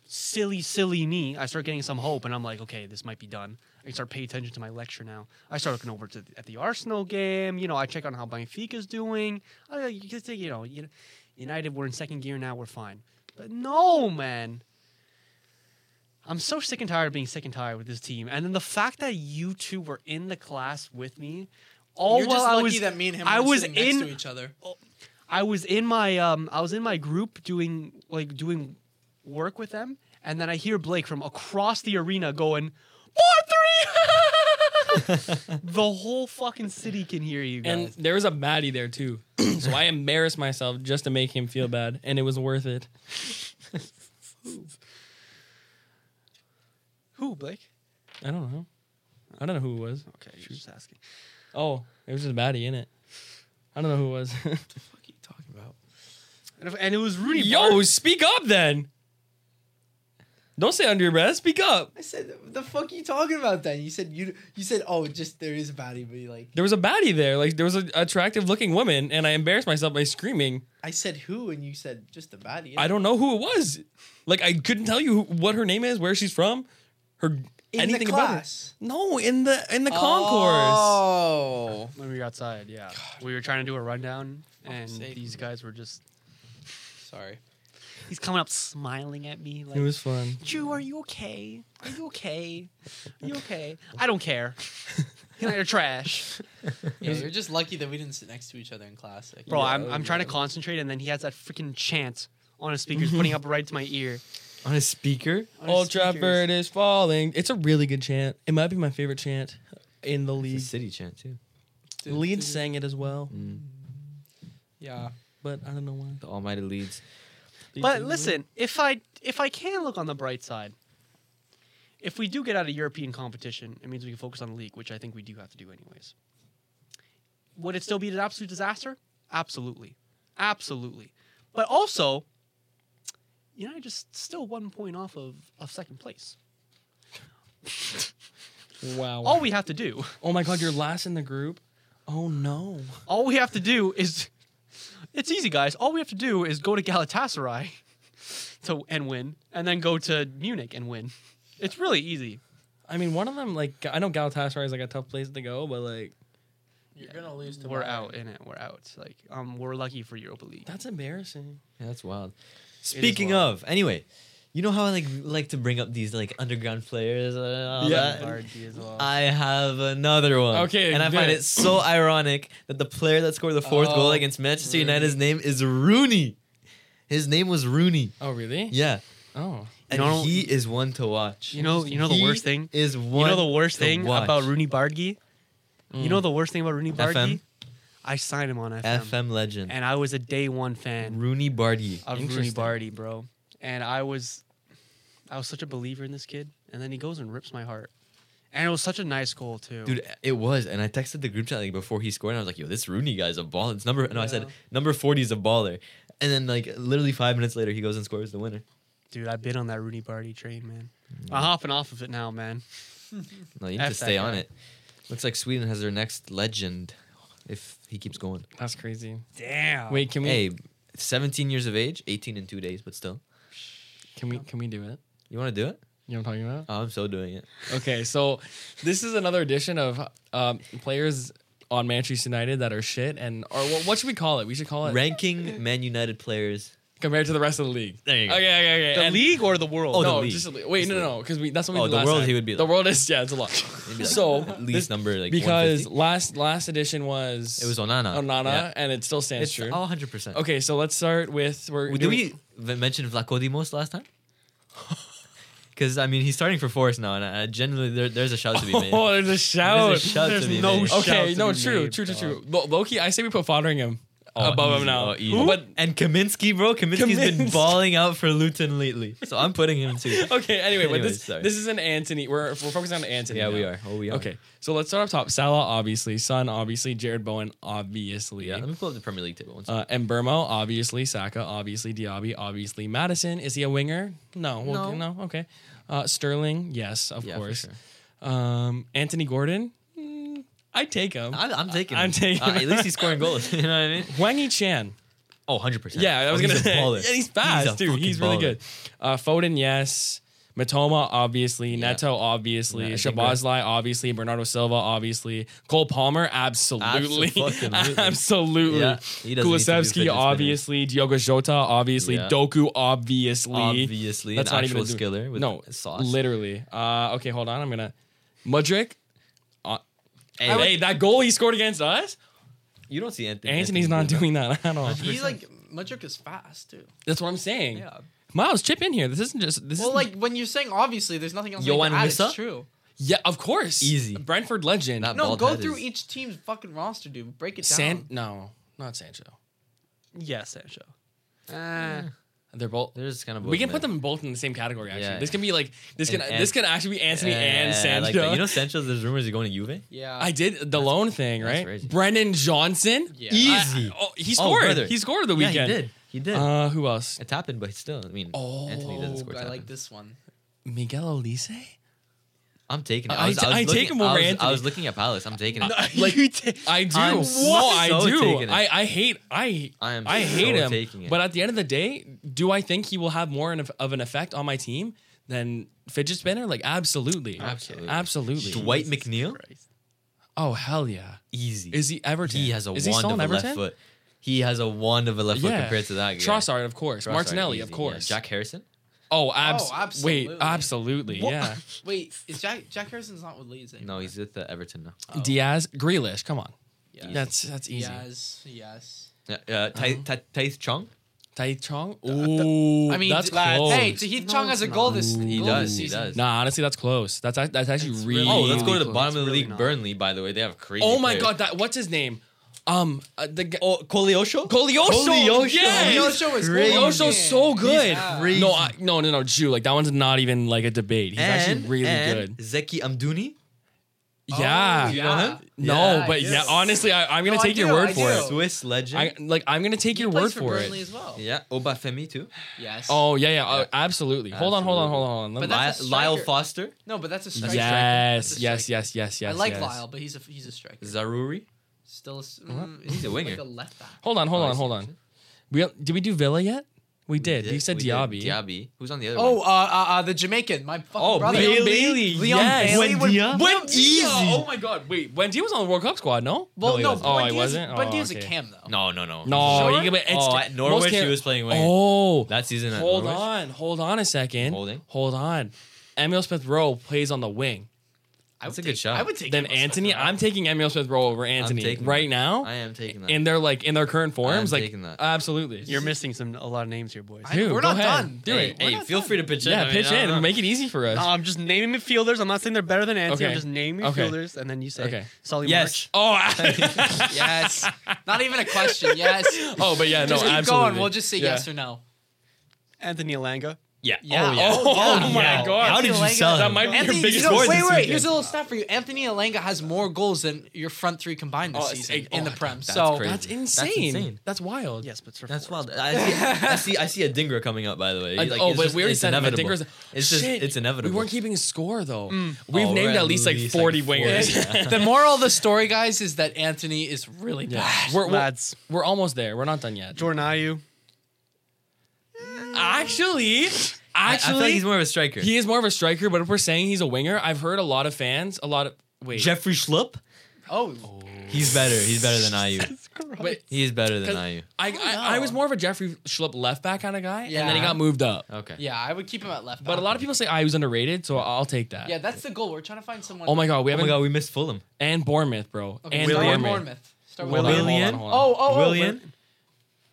B: silly, silly me, I start getting some hope, and I'm like, okay, this might be done. I can start paying attention to my lecture now. I start looking over to the, at the Arsenal game. You know, I check on how Benfica's doing. I, uh, you can say, you know, you- United, we're in second gear now, we're fine. But no, man. I'm so sick and tired of being sick and tired with this team. And then the fact that you two were in the class with me, all
A: You're
B: while
A: just lucky
B: I was
A: that me and him
B: I
A: were
B: was
A: sitting next
B: in-
A: to each other.
B: I was in my um I was in my group doing like doing work with them, and then I hear Blake from across the arena going, Four three The whole fucking city can hear you guys.
C: And there was a baddie there too. so I embarrassed myself just to make him feel bad, and it was worth it.
B: Who, Blake?
C: I don't know. I don't know who it was.
B: Okay, you're just asking.
C: Oh, it was just a baddie in it. I don't know who it was.
A: What are you talking about?
B: And, if, and it was Rooney.
C: Yo,
B: Barnes.
C: speak up then. Don't say under your breath. Speak up.
A: I said, the fuck are you talking about then? You said you you said, oh, just there is a baddie, but you like
C: There was a baddie there. Like there was an attractive looking woman, and I embarrassed myself by screaming.
A: I said who, and you said just a baddie.
C: I don't know who it was. Like I couldn't tell you who, what her name is, where she's from, her
A: In
C: anything
A: the class.
C: about her. No, in the in the concourse.
A: Oh.
B: when we were outside, yeah. We were trying to do a rundown, and
A: sake.
B: these guys were just.
A: Sorry.
B: He's coming up smiling at me like,
C: It was fun.
B: Jew, are you okay? Are you okay? Are you okay? I don't care. You're trash.
A: Yeah, you're just lucky that we didn't sit next to each other in class. Like,
B: Bro,
A: yeah.
B: I'm, I'm trying to concentrate, and then he has that freaking chant on his speakers, putting up right to my ear.
D: On a speaker?
B: On his
C: Old Trafford
B: speakers.
C: is falling. It's a really good chant. It might be my favorite chant in the
D: It's a
C: league.
D: city chant too.
A: Dude,
C: Leeds
A: dude,
C: sang it as well,
A: Yeah.
C: but I don't know why.
D: The almighty leads.
B: But listen, if I if I can look on the bright side, if we do get out of European competition, it means we can focus on the league, which I think we do have to do anyways. Would it still be an absolute disaster? Absolutely, absolutely. But also, you know, I just still one point off of of second place.
C: wow.
B: All we have to do.
C: oh my God, you're last in the group. Oh no.
B: All we have to do is, it's easy, guys. All we have to do is go to Galatasaray to and win, and then go to Munich and win. It's really easy.
C: I mean, one of them like I know Galatasaray is like a tough place to go, but like
A: You're going to lose to
B: We're
A: Bayern.
B: out in it. We're out. Like, um, we're lucky for Europa League.
C: that's embarrassing.
D: Yeah, that's wild. Speaking
B: wild.
D: of, anyway, you know how I like like to bring up these like underground players. Uh, all
C: Yeah.
D: that? I have another one.
C: Okay,
D: And I
C: do
D: find
C: it.
D: it so ironic that the player that scored the fourth goal
A: Oh,
D: against Manchester
A: Rooney.
D: United's name is Rooney. His name was Rooney.
C: Oh really?
D: Yeah.
C: Oh.
D: And
B: know-
D: he is one to watch.
B: You know, you know the
D: He
B: worst thing.
D: is
B: You
D: one.
B: know the worst
D: to
B: thing
D: watch.
B: about Rooney Bardgi. You
C: Mm.
B: know the worst thing about Rooney Bardgi.
D: FM?
B: I signed him on FM,
D: FM legend
B: and I was a day one fan.
D: Rooney Bardi.
B: of Rooney
C: Interesting.
B: Barty, bro. And I was, I was such a believer in this kid, and then he goes and rips my heart, and it was such a nice goal too.
D: Dude, it was, and I texted the group chat like before he scored, and I was like, "Yo, this Rooney guy's a baller." It's number no, I said
B: Yeah.
D: number forty is a baller, and then like literally five minutes later, he goes and scores the winner.
B: dude, I've been on that Rooney Barty train, man.
C: Mm.
B: I'm hopping off of it now, man.
D: No, you need to
B: F that
D: stay on
B: guy.
D: it. Looks like Sweden has their next legend if he keeps going.
C: Mm. That's crazy.
B: Damn.
C: Wait, can we
D: Hey, 17 years of age, 18 in two days, but still,
C: can we can we do it?
D: you want to do it?
C: You know what I'm talking about?
D: Oh, I'm so doing it.
C: Okay, so this is another edition of um, players on Manchester United that are shit, and or wha- what should we call it? We should call it
D: Ranking Man United players.
C: compared to the rest of the league.
D: There you go.
C: Okay, okay, okay.
B: the
C: and-
B: league or the world?
D: Oh, the
C: no,
D: league.
C: just the league. Wait,
D: Just
C: no,
D: the
C: no, because that's what we
D: Oh,
C: did
D: the
C: last
D: world,
C: time.
D: he would be
C: the
D: like-
C: world is yeah, it's a lot.
D: Maybe, like,
C: so
D: least
C: this-
D: number like
C: because
D: 150?
C: last last edition was
D: it was Onana.
C: Onana,
D: Yeah.
C: and it still stands
D: It's
C: true.
D: 100. percent
C: Okay, so let's start with we're
D: Did we v- mention Vlachodimos last time? Because I mean, he's starting for Forest now, and I, I generally there, there's a shout to be made.
C: Oh, there's a shout.
D: There's a shout to
B: There's
D: be
B: no
D: made.
B: sh-
C: Okay,
B: Shout
C: no,
B: to be
C: true,
B: made,
C: true, true,
B: dog.
C: true. Lo- Loki, I say we put Fotheringham. above
D: easy.
C: him now.
D: Oh, easy.
C: But
D: And Kaminsky, bro, Kaminsky's been
C: Kaminsky.
D: balling out for Luton lately, so I'm putting him too.
C: okay, anyway, but
D: Anyways,
C: this
D: sorry.
C: this is an Anthony. We're we're focusing on Anthony.
D: Yeah,
C: now.
D: we are. Oh, we are.
C: Okay, so let's start off top. Salah, obviously. Son, obviously. Jared Bowen, obviously.
D: Yeah, let me pull up the Premier League table. One second.
C: Uh, and Burmo, obviously. Saka, obviously. Diaby, obviously. Madison, is he a winger? No. Well, no.
D: No.
C: Okay. Uh, Sterling, yes, of
D: yeah, for
C: course.
D: sure.
C: Um, Anthony Gordon, mm, I take him.
D: I'm, I'm taking.
C: I'm
D: him.
C: taking
D: Uh,
C: him.
D: at least he's scoring goals. you know what I mean?
C: Wangy Chan.
D: Oh, 100 percent.
C: Yeah, I was gonna say. Yeah, he's fast, dude. He's really good. Uh, Foden, yes. Matoma, obviously.
D: Yeah.
C: Neto, obviously.
D: Yeah, I think we're-
C: Shabazz obviously. Bernardo Silva, obviously. Cole Palmer, absolutely.
D: Abso-fucking-lutely.
C: absolutely.
D: Yeah, he doesn't need to be a fidget
C: Kulisevsky,
D: spinner.
C: obviously. Diogo Jota, obviously.
D: Yeah.
C: Doku, obviously.
D: Obviously,
C: That's
D: an
C: not even
D: actual
C: a do-
D: skiller. With
C: no,
D: sauce.
C: literally. Uh, okay, hold on. I'm going to. Mudrick. Uh,
D: Hey,
C: hey, that goal he scored against us?
D: you don't see Anthony.
C: Anthony's not
D: that.
C: doing that at all.
A: He's like Mudrick is fast too.
C: That's what I'm saying.
D: Yeah.
C: Miles, chip in here. This isn't just this
A: Well,
C: is
A: like when you're saying obviously, there's nothing else.
D: Johan
A: Johan add. It's
D: Wissa?
A: true.
C: yeah, of course,
D: Easy.
C: Brentford legend.
D: Not-
A: No,
D: Bald
A: go
D: head
A: through
D: is-
A: each team's fucking roster, dude. Break it down.
C: San no, not Sancho.
B: Yeah, Sancho.
C: They're both.
D: They're just kind of.
C: we can put them both in the same category. Actually,
D: Yeah.
C: this can be like this can
D: And- and-
C: this can actually be Anthony and Sancho.
D: you know, Sancho. There's rumors he's going to Juve.
A: Yeah.
C: I did the loan thing,
D: that's
C: right?
D: crazy.
C: Brendan Johnson,
A: Yeah.
D: Easy.
C: I- oh, he scored.
D: brother.
C: he scored the weekend.
D: Yeah, he did. He did.
C: Uh, who else?
D: it's happened, but still, I mean,
C: Oh,
D: Anthony doesn't score.
A: Oh, I
D: tap-ins.
A: like this one.
C: Miguel Olise.
D: I'm taking it.
C: I-
D: I, was, I, was
C: I
D: looking,
C: take him over
D: I was,
C: Anthony.
D: I was looking at Palace. I'm taking it.
C: like I do.
D: I'm
C: no,
D: so
C: I do.
D: taking it.
C: I, I hate. I
D: I am
C: I
D: so
C: hate him.
D: taking it.
C: But at the end of the day, do I think he will have more of of an effect on my team than fidget spinner? Like absolutely,
D: Absolutely.
C: absolutely.
D: Dwight McNeil,
C: Oh hell yeah!
D: easy.
C: Is he Everton?
D: He has a
C: Is he
D: wand
C: still
D: of
C: in
D: a left
C: Everton?
D: foot. He has a wand of a left foot
C: Yeah.
D: compared to that guy.
C: Trossard, of course.
D: Trossard,
C: Martinelli, of
D: easy, yeah.
C: course.
D: Jack Harrison.
C: Oh, abs-
A: Oh,
C: Wait,
A: absolutely.
C: absolutely.
A: What?
C: Yeah.
A: Wait, is Jack Jack Harrison's not with Leeds anymore?
D: No, he's with uh, Everton now.
A: Oh.
C: Diaz, Grealish. Come on.
A: Yeah.
C: That's that's easy.
A: Yes, yes.
D: Uh, uh, Ty-
C: Oh.
D: Ty- Taith Chong.
C: Tai Chong. Ooh,
A: I mean,
C: that's
A: d- lads,
C: close.
A: hey, Tahith
B: No,
A: Chong has a goal this,
C: Ooh.
A: goal
C: He
D: does,
A: this
D: he
A: season.
D: does.
C: Nah, honestly, that's close. That's ac- that's actually
B: It's
C: really.
B: really-
D: Oh, let's go to the
B: Equal.
D: bottom
B: It's
D: of the
B: really
D: league.
B: not.
D: Burnley, by the way, they have crazy.
C: Oh my
D: players.
C: god, that what's his name? Um, uh, the guy.
D: Oh, Koliosho.
C: Koliosho.
D: Koliosho.
C: Yes!
A: Koliosho is
D: Crazy.
C: Koliosho's so good.
A: crazy.
C: No, I, no, no, no, Jew. Like that one's not even like a debate. He's actually really good.
D: and Zeki Amdouni.
C: yeah.
A: Oh, yeah.
C: No,
D: Yeah,
C: but
A: yes.
C: yeah, honestly, I, I'm gonna
A: No, I
C: take your
A: do,
C: word
A: I
C: for
A: do.
C: it.
D: Swiss legend.
C: I, like I'm gonna take your
A: Plays
C: word
A: for
C: for
A: Burnley
C: it.
A: as well.
D: yeah, Obafemi too.
A: Yes.
C: Oh yeah, yeah, uh, absolutely. Hold on, hold on,
D: Absolutely.
C: hold on, hold on. Let
A: But
C: me-
A: that's a
D: Li- Lyle
A: striker.
D: Foster,
A: No, but that's a
C: yes,
A: striker. That's a
C: yes,
A: striker.
C: yes, yes, yes.
A: I like
C: yes.
A: Lyle, but he's a he's a striker.
D: Zaruri.
A: Still, a, s- mm,
D: He's a winger.
A: Like a left back.
C: Hold on, hold
D: Oh, I
C: on,
D: see,
C: hold
D: I
C: on.
D: see.
C: We did we do Villa yet? We did. you said
D: we
C: Diaby.
D: Diaby. Who's on the other
A: Oh,
D: one?
A: uh, uh, uh, the Jamaican, my fucking
D: Oh,
A: brother.
D: Bailey?
A: Leon Bailey would-
D: Buendia?
A: Leon-
C: Wendy. Oh my God! Wait, Wendy was on the World Cup squad, no?
A: Well,
D: he
A: no,
D: wasn't.
C: Oh, he
A: Buendia's-
C: wasn't? Oh,
A: Buendia's
C: okay.
A: a cam though.
D: No, no, no.
C: No,
A: Sure?
C: you can, but it's
D: Oh, at Norwich, he was playing winger.
C: Oh,
D: That season at
C: hold
D: Norwich?
C: on, hold on a second.
D: Holding.
C: Hold on. Emil Smith Rowe plays on the wing.
A: I
D: That's
A: would
D: a good
A: take-
D: shot.
A: I would take
C: Then
A: him as
C: Anthony,
A: fucking
C: I'm taking Emil Smith Rowe over Anthony
D: taking
C: right
D: that.
C: now.
D: I am taking that.
C: in their like in their current forms, like
D: taking that.
C: absolutely.
B: You're missing some a lot of names here, boys.
A: I-
C: Dude,
A: We're
C: go
A: not
C: ahead.
A: done.
C: Do
D: hey,
C: it.
D: hey,
A: not
D: feel
A: done?
D: free to pitch in.
C: yeah,
D: I mean,
C: pitch
D: I don't
C: in.
D: know.
C: Make it easy for us.
B: No, Oh, I'm just naming midfielders. I'm not saying they're better than Anthony.
C: Okay.
B: I'm just naming
C: Okay.
B: midfielders, and then you say
C: Okay.
B: Solly
D: Yes.
C: oh,
A: striker. yes. Not even a question. Yes.
C: oh, but yeah, no,
A: just keep
C: absolutely.
A: going. We'll just say
C: Yeah.
A: yes or no.
B: March, Anthony Alanga.
D: Yeah.
A: Yeah.
D: Oh, yeah.
C: Oh, oh
A: yeah.
C: my
A: Yeah.
C: god!
D: How did you
A: Anthony Langella.
D: sell him?
C: That might be your
A: Anthony,
C: biggest
A: you know,
C: score
A: wait,
C: this
A: wait.
C: weekend.
A: Here's a little stat for you. Anthony Alanga has more goals than your front three combined this
C: Oh, it's-
A: season
C: oh,
A: in the prem.
D: that's
A: So
D: crazy.
C: That's
D: That's
C: insane. That's
D: insane.
C: wild.
B: Yes, but it's for
D: That's
B: forwards.
D: wild. I see, I see. I see a dinger coming up. By the way.
C: I-
D: Like,
C: oh,
D: it's
C: but
D: just-
C: we already
D: it's
C: said
D: inevitable.
C: Dinger's-
D: It's just.
C: Shit,
D: It's inevitable.
C: We weren't keeping score though. We've
D: Oh,
C: named
D: we're
C: at least like
D: least, like,
C: 40
D: 40.
C: wingers.
D: Yeah.
A: the moral of the story, guys, is that Anthony is really bad.
C: We're, we're,
B: Lads,
C: we're almost there. We're not done yet.
B: Jordan Ayew.
C: Actually,
D: I, I feel
C: actually,
D: like he's more of a striker.
C: he is more of a striker. But if we're saying he's a winger, I've heard a lot of fans, a lot of wait,
D: Jeffrey Schlupp.
A: Oh,
D: He's better. He's better than IU.
C: wait.
D: He's better than
C: 'Cause-
D: IU.
C: I, I, I was more of a Jeffrey Schlupp left back kind of guy, and then he
A: Yeah.
C: got moved up.
D: Okay.
A: yeah, I would keep him at left.
C: But a
A: back.
C: lot of people say I was underrated, so I'll take that.
A: Yeah, that's the goal. We're trying to find someone.
C: Oh my god, we
D: Oh
C: haven't
D: my god, we missed Fulham.
C: and Bournemouth, bro.
A: Okay,
C: and
A: start
B: Willian.
A: with
C: Bournemouth.
A: Bournemouth. Start with
C: Hold on,
A: Bournemouth.
C: hold on,
D: Willian?
C: hold on.
A: Oh, oh, oh.
D: Willian.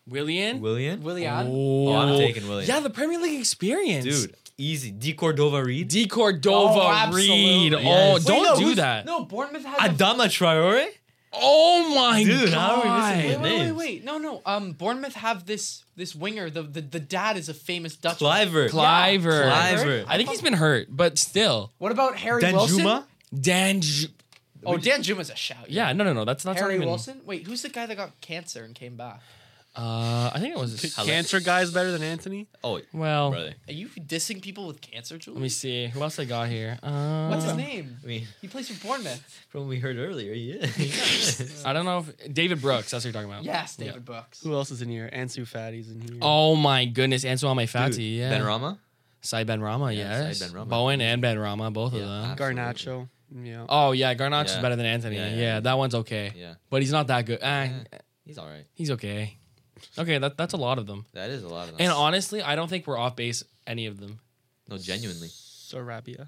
C: Willian.
D: Willian.
A: Willian.
C: Oh,
D: Oh, I'm taking Willian.
C: Yeah, the Premier League experience,
D: Dude, easy. D Cordova Reed.
C: D Cordova
A: Oh, absolutely.
C: Reed. Oh,
D: Yes.
A: Wait,
C: don't
A: no,
C: do
A: who's-
C: that.
A: No, Bournemouth has. a-
D: Adama Traore.
C: Oh my
E: Dude, how
C: god!
E: are we missing
A: Wait,
E: it?
A: wait, wait,
E: names.
A: wait. No, no. Um, Bournemouth have this this winger. The the, the dad is a famous Dutchman.
E: Cliver.
C: Cliver.
E: Cliver.
C: I think he's been hurt, but still,
A: What about Harry Wilson?
E: Danjuma?
C: Dan.
A: Oh, Dan Juma's a shout.
C: Yeah, no, no, no. That's that's
A: Harry
C: not even.
A: Wilson. Wait, who's the guy that got cancer and came back?
C: Uh, I think it was.
D: Hello.
B: Cancer guy's better than Anthony.
D: Oh,
C: Well,
D: brother.
A: Are you dissing people with cancer, Julian?
C: let me see. Who else I got here? Uh,
A: What's his name?
D: I mean,
A: He plays for Bournemouth.
D: from what we heard earlier, yeah.
C: I don't know if David Brooks. That's what you're talking about.
A: Yes, David Brooks.
B: Who else is in here? Ansu Fatty's in here.
C: Oh my goodness, Ansu Amai Fati,
D: Dude,
C: yeah.
D: Ben Rama.
C: Sai Ben Rama,
D: Yeah,
C: yes.
D: Sai Ben Rama.
C: Bowen and Ben Rama, both of
D: Yeah,
C: them.
D: ab-
B: Garnacho. Yeah.
C: oh yeah, Garnacho's
D: Yeah.
C: better than Anthony. Yeah,
D: Yeah, yeah, yeah.
C: that one's okay.
D: Yeah,
C: But he's not that good. Eh,
D: Yeah. he's all right.
C: He's okay. Okay, that, that's a lot of them.
D: That is a lot of them.
C: And honestly, I don't think we're off base any of them.
D: no, genuinely.
B: Sarabia.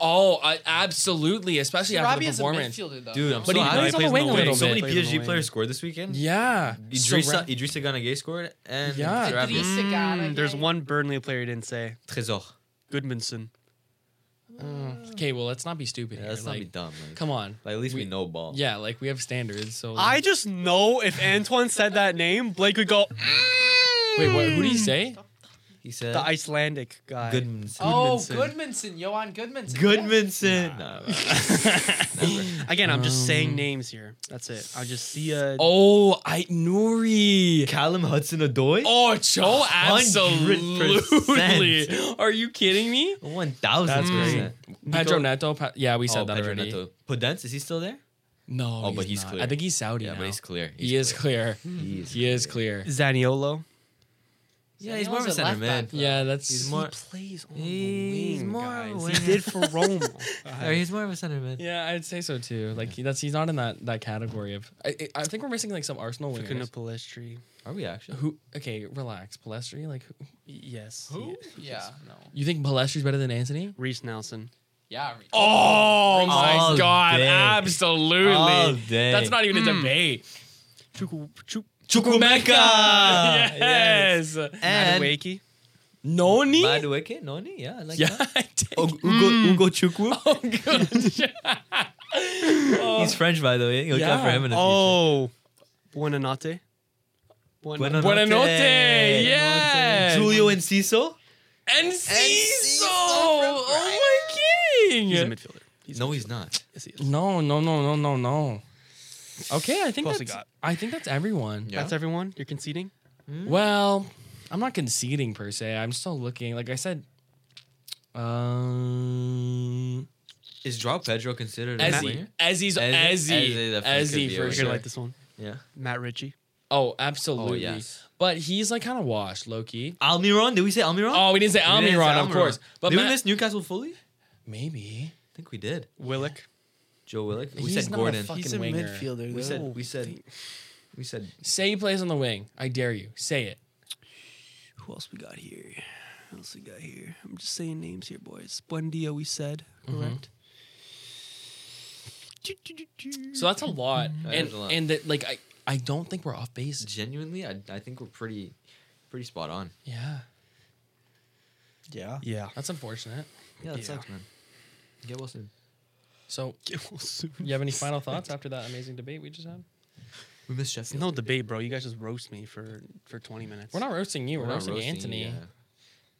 C: Oh, I, absolutely, especially after the
A: Sarabia's a
C: performance.
A: midfielder, though.
D: Dude, I'm
C: But
D: so
C: he-
D: happy.
C: but he's on the wing a little
D: so
C: bit.
D: many
B: Plays on the
D: PSG
B: wing.
D: players scored this weekend.
C: Yeah.
D: Idrissa,
C: Sarab-
D: Idrissa Ganagay scored, and
C: Yeah.
D: Sarabia.
A: Did he say Ghana
B: Mm, there's
A: game?
B: one Burnley player you didn't say.
D: Trezor.
B: Goodmanson.
C: okay, well, let's not be stupid.
D: Yeah,
C: here.
D: let's not
C: like,
D: be dumb. man.
C: Come on.
D: Like, at least we,
C: we-
D: know ball.
C: Yeah, like we have standards. So
B: I just know if Antoine said that name, Blake would go.
C: wait. What, who did he say?
D: He said
B: The Icelandic guy.
D: Goodmanson.
A: Oh,
B: Goodmanson.
A: Goodmanson, Johan Goodmanson.
D: Goodmanson. Nah, never.
B: Again, I'm just
D: Um,
B: saying names here. That's it. I just see a.
C: Oh, I Nuri.
D: Callum Hudson Odoi.
C: Oh, Cho,
D: 100%.
C: absolutely. Are you kidding me?
D: One thousand
B: That's great.
D: percent.
C: Pedro Neto, Pa- yeah, we said
D: Oh,
C: that
D: Pedro
C: already.
D: Neto. Podence, is he still there?
C: No,
D: Oh, but he's
C: not.
D: clear.
C: I think he's Saudi
D: Yeah,
C: now.
D: but he's clear.
C: he is clear. He is clear.
B: Zaniolo.
D: Yeah, he's more of a
A: Zaniolo's a
D: center
A: left
D: man.
A: back, though.
C: Yeah, that's
D: He's more.
B: plays on
D: He's more of a
B: He
D: winger.
B: did for Roma.
D: or Oh, he's more of a center man.
C: Yeah, I'd say so too. Like he- that's he's not in that that category of. I, I- I think we're missing like some Arsenal
B: Fucking
C: wingers.
B: a Palestri.
D: Are we actually?
C: Who? Okay, relax, Palestri. Like who,
B: Yes.
A: Yeah. No.
C: you think Palestri's better than Anthony?
B: Reese Nelson.
A: Yeah.
C: Oh
D: my All God, day.
C: Absolutely.
D: All day.
C: That's not even a debate.
B: Chuku, Chuk,
D: Chukwuemeka.
C: yes.
D: And
B: Madueke.
C: Noni.
D: Madueke, Noni. Yeah, I like
C: yeah,
D: that.
C: I did.
D: Oh, Ugo, Ugo Chukwu.
C: Oh, good. Oh,
D: He's French, by the way. Look out for
C: Yeah.
D: him in the
B: Oh. Buonanotte.
D: future.
B: Buonanotte.
D: Buonanotte.
C: Buonanotte. Yes.
D: Julio Enciso.
C: And Ciso. Oh my king.
B: He's a midfielder. He's
D: No, he's not.
B: Yes, he is.
C: no, no, no, no, no, no. Okay, I think
B: Close
C: that's
B: I got.
C: I think that's everyone.
D: Yeah. Mm.
B: That's everyone. You're conceding.
C: Well, I'm not conceding per se. I'm still looking. Like I said, um,
D: Is Joao Pedro considered a
C: Ezzy,
D: winger?
C: Ezzy's
D: Ezzy? Ezzy
C: Ezzy,
D: definitely could
C: Ezzy
D: be a
C: for
D: winger.
B: You're gonna
C: sure.
B: like this one.
D: Yeah.
B: Matt Ritchie.
C: Oh, absolutely.
D: yes.
C: But he's like kind of washed, low key.
D: Almiron? Did we say Almiron?
C: Oh, we didn't say
D: We didn't say
C: Almiron, of course. But
D: did
C: Matt-
D: we miss Newcastle fully? I
C: maybe
D: think we did.
B: Willock.
D: Joe Willock. We
C: He's
D: said
C: not a
D: Gordon.
C: fucking winger.
A: midfielder.
D: We said. We said. We said.
C: Say he plays on the wing. I dare you. Say it.
B: Who else we got here? Who else we got here? I'm just saying names here, boys. Buendia, we said. Correct.
C: So that's a lot.
D: That
C: and
D: is a lot.
C: and that like I I don't think we're off base.
D: Genuinely, I, I think we're pretty, pretty spot on.
C: Yeah,
A: Yeah.
B: Yeah.
C: that's unfortunate.
D: Yeah, that
B: Yeah.
D: sucks, man. Get well soon.
C: So you have any final thoughts after that amazing debate we just had?
D: We missed Sheffield.
B: No debate, bro. You guys just roast me for for 20 minutes.
C: We're not roasting you. We're,
D: not
C: roasting,
D: roasting you,
C: Anthony.
D: yeah.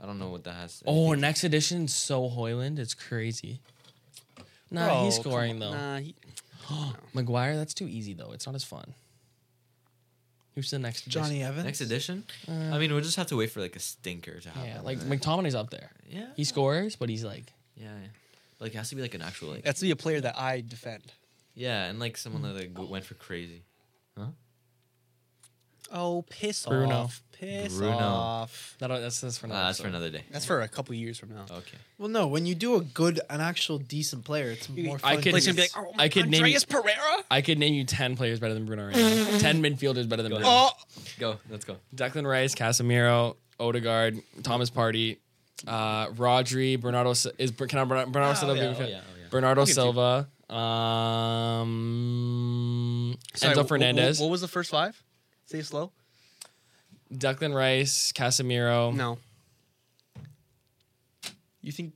D: I don't know what that has.
C: Oh,
D: anything-
C: next edition so Hoyland. It's crazy. Nah,
B: Bro,
C: he's
B: Oh, come
C: scoring
B: on.
C: though.
B: Nah, he-
C: McGuire, that's too easy though. It's not as fun. Who's the next?
A: Johnny
C: edition?
A: Evans.
D: Next edition? I mean, we'll just have to wait for like a stinker to happen.
C: uh, Yeah, like
D: right?
C: McTominay's up there.
D: yeah,
C: He scores, but he's like,
D: yeah, yeah. Like it has to be like an actual like
B: that's to be a player that I defend.
D: yeah, and like someone that like, went for crazy.
B: Oh, piss
C: Bruno.
B: off. Piss
D: Bruno.
B: off.
C: that, that's that's for
D: Uh,
C: another.
D: that's for
C: episode.
D: another day.
B: That's for a couple years from now.
D: Okay.
A: Well, no. When you do a good, an actual decent player, it's more fun.
C: I could-
A: to-
B: Blake's gonna be like, oh,
C: I could name-
B: Andreas Pereira.
C: I could name you ten players better than Bruno right now. ten midfielders better than Bruno.
B: Oh,
D: Go. Let's go.
C: Declan Rice, Casemiro, Odegaard, Thomas Party, uh, Rodri, Bernardo Si- is can I Bernardo, Bernardo Silva?
D: yeah,
C: be-
D: oh, yeah, oh, yeah.
C: Bernardo
B: Look at
C: Silva, um,
B: Sorry, wh-
C: Enzo
B: wh-
C: Fernandez,
B: What was the first five? Say it slow.
C: Declan Rice, Casemiro.
B: No.
A: you think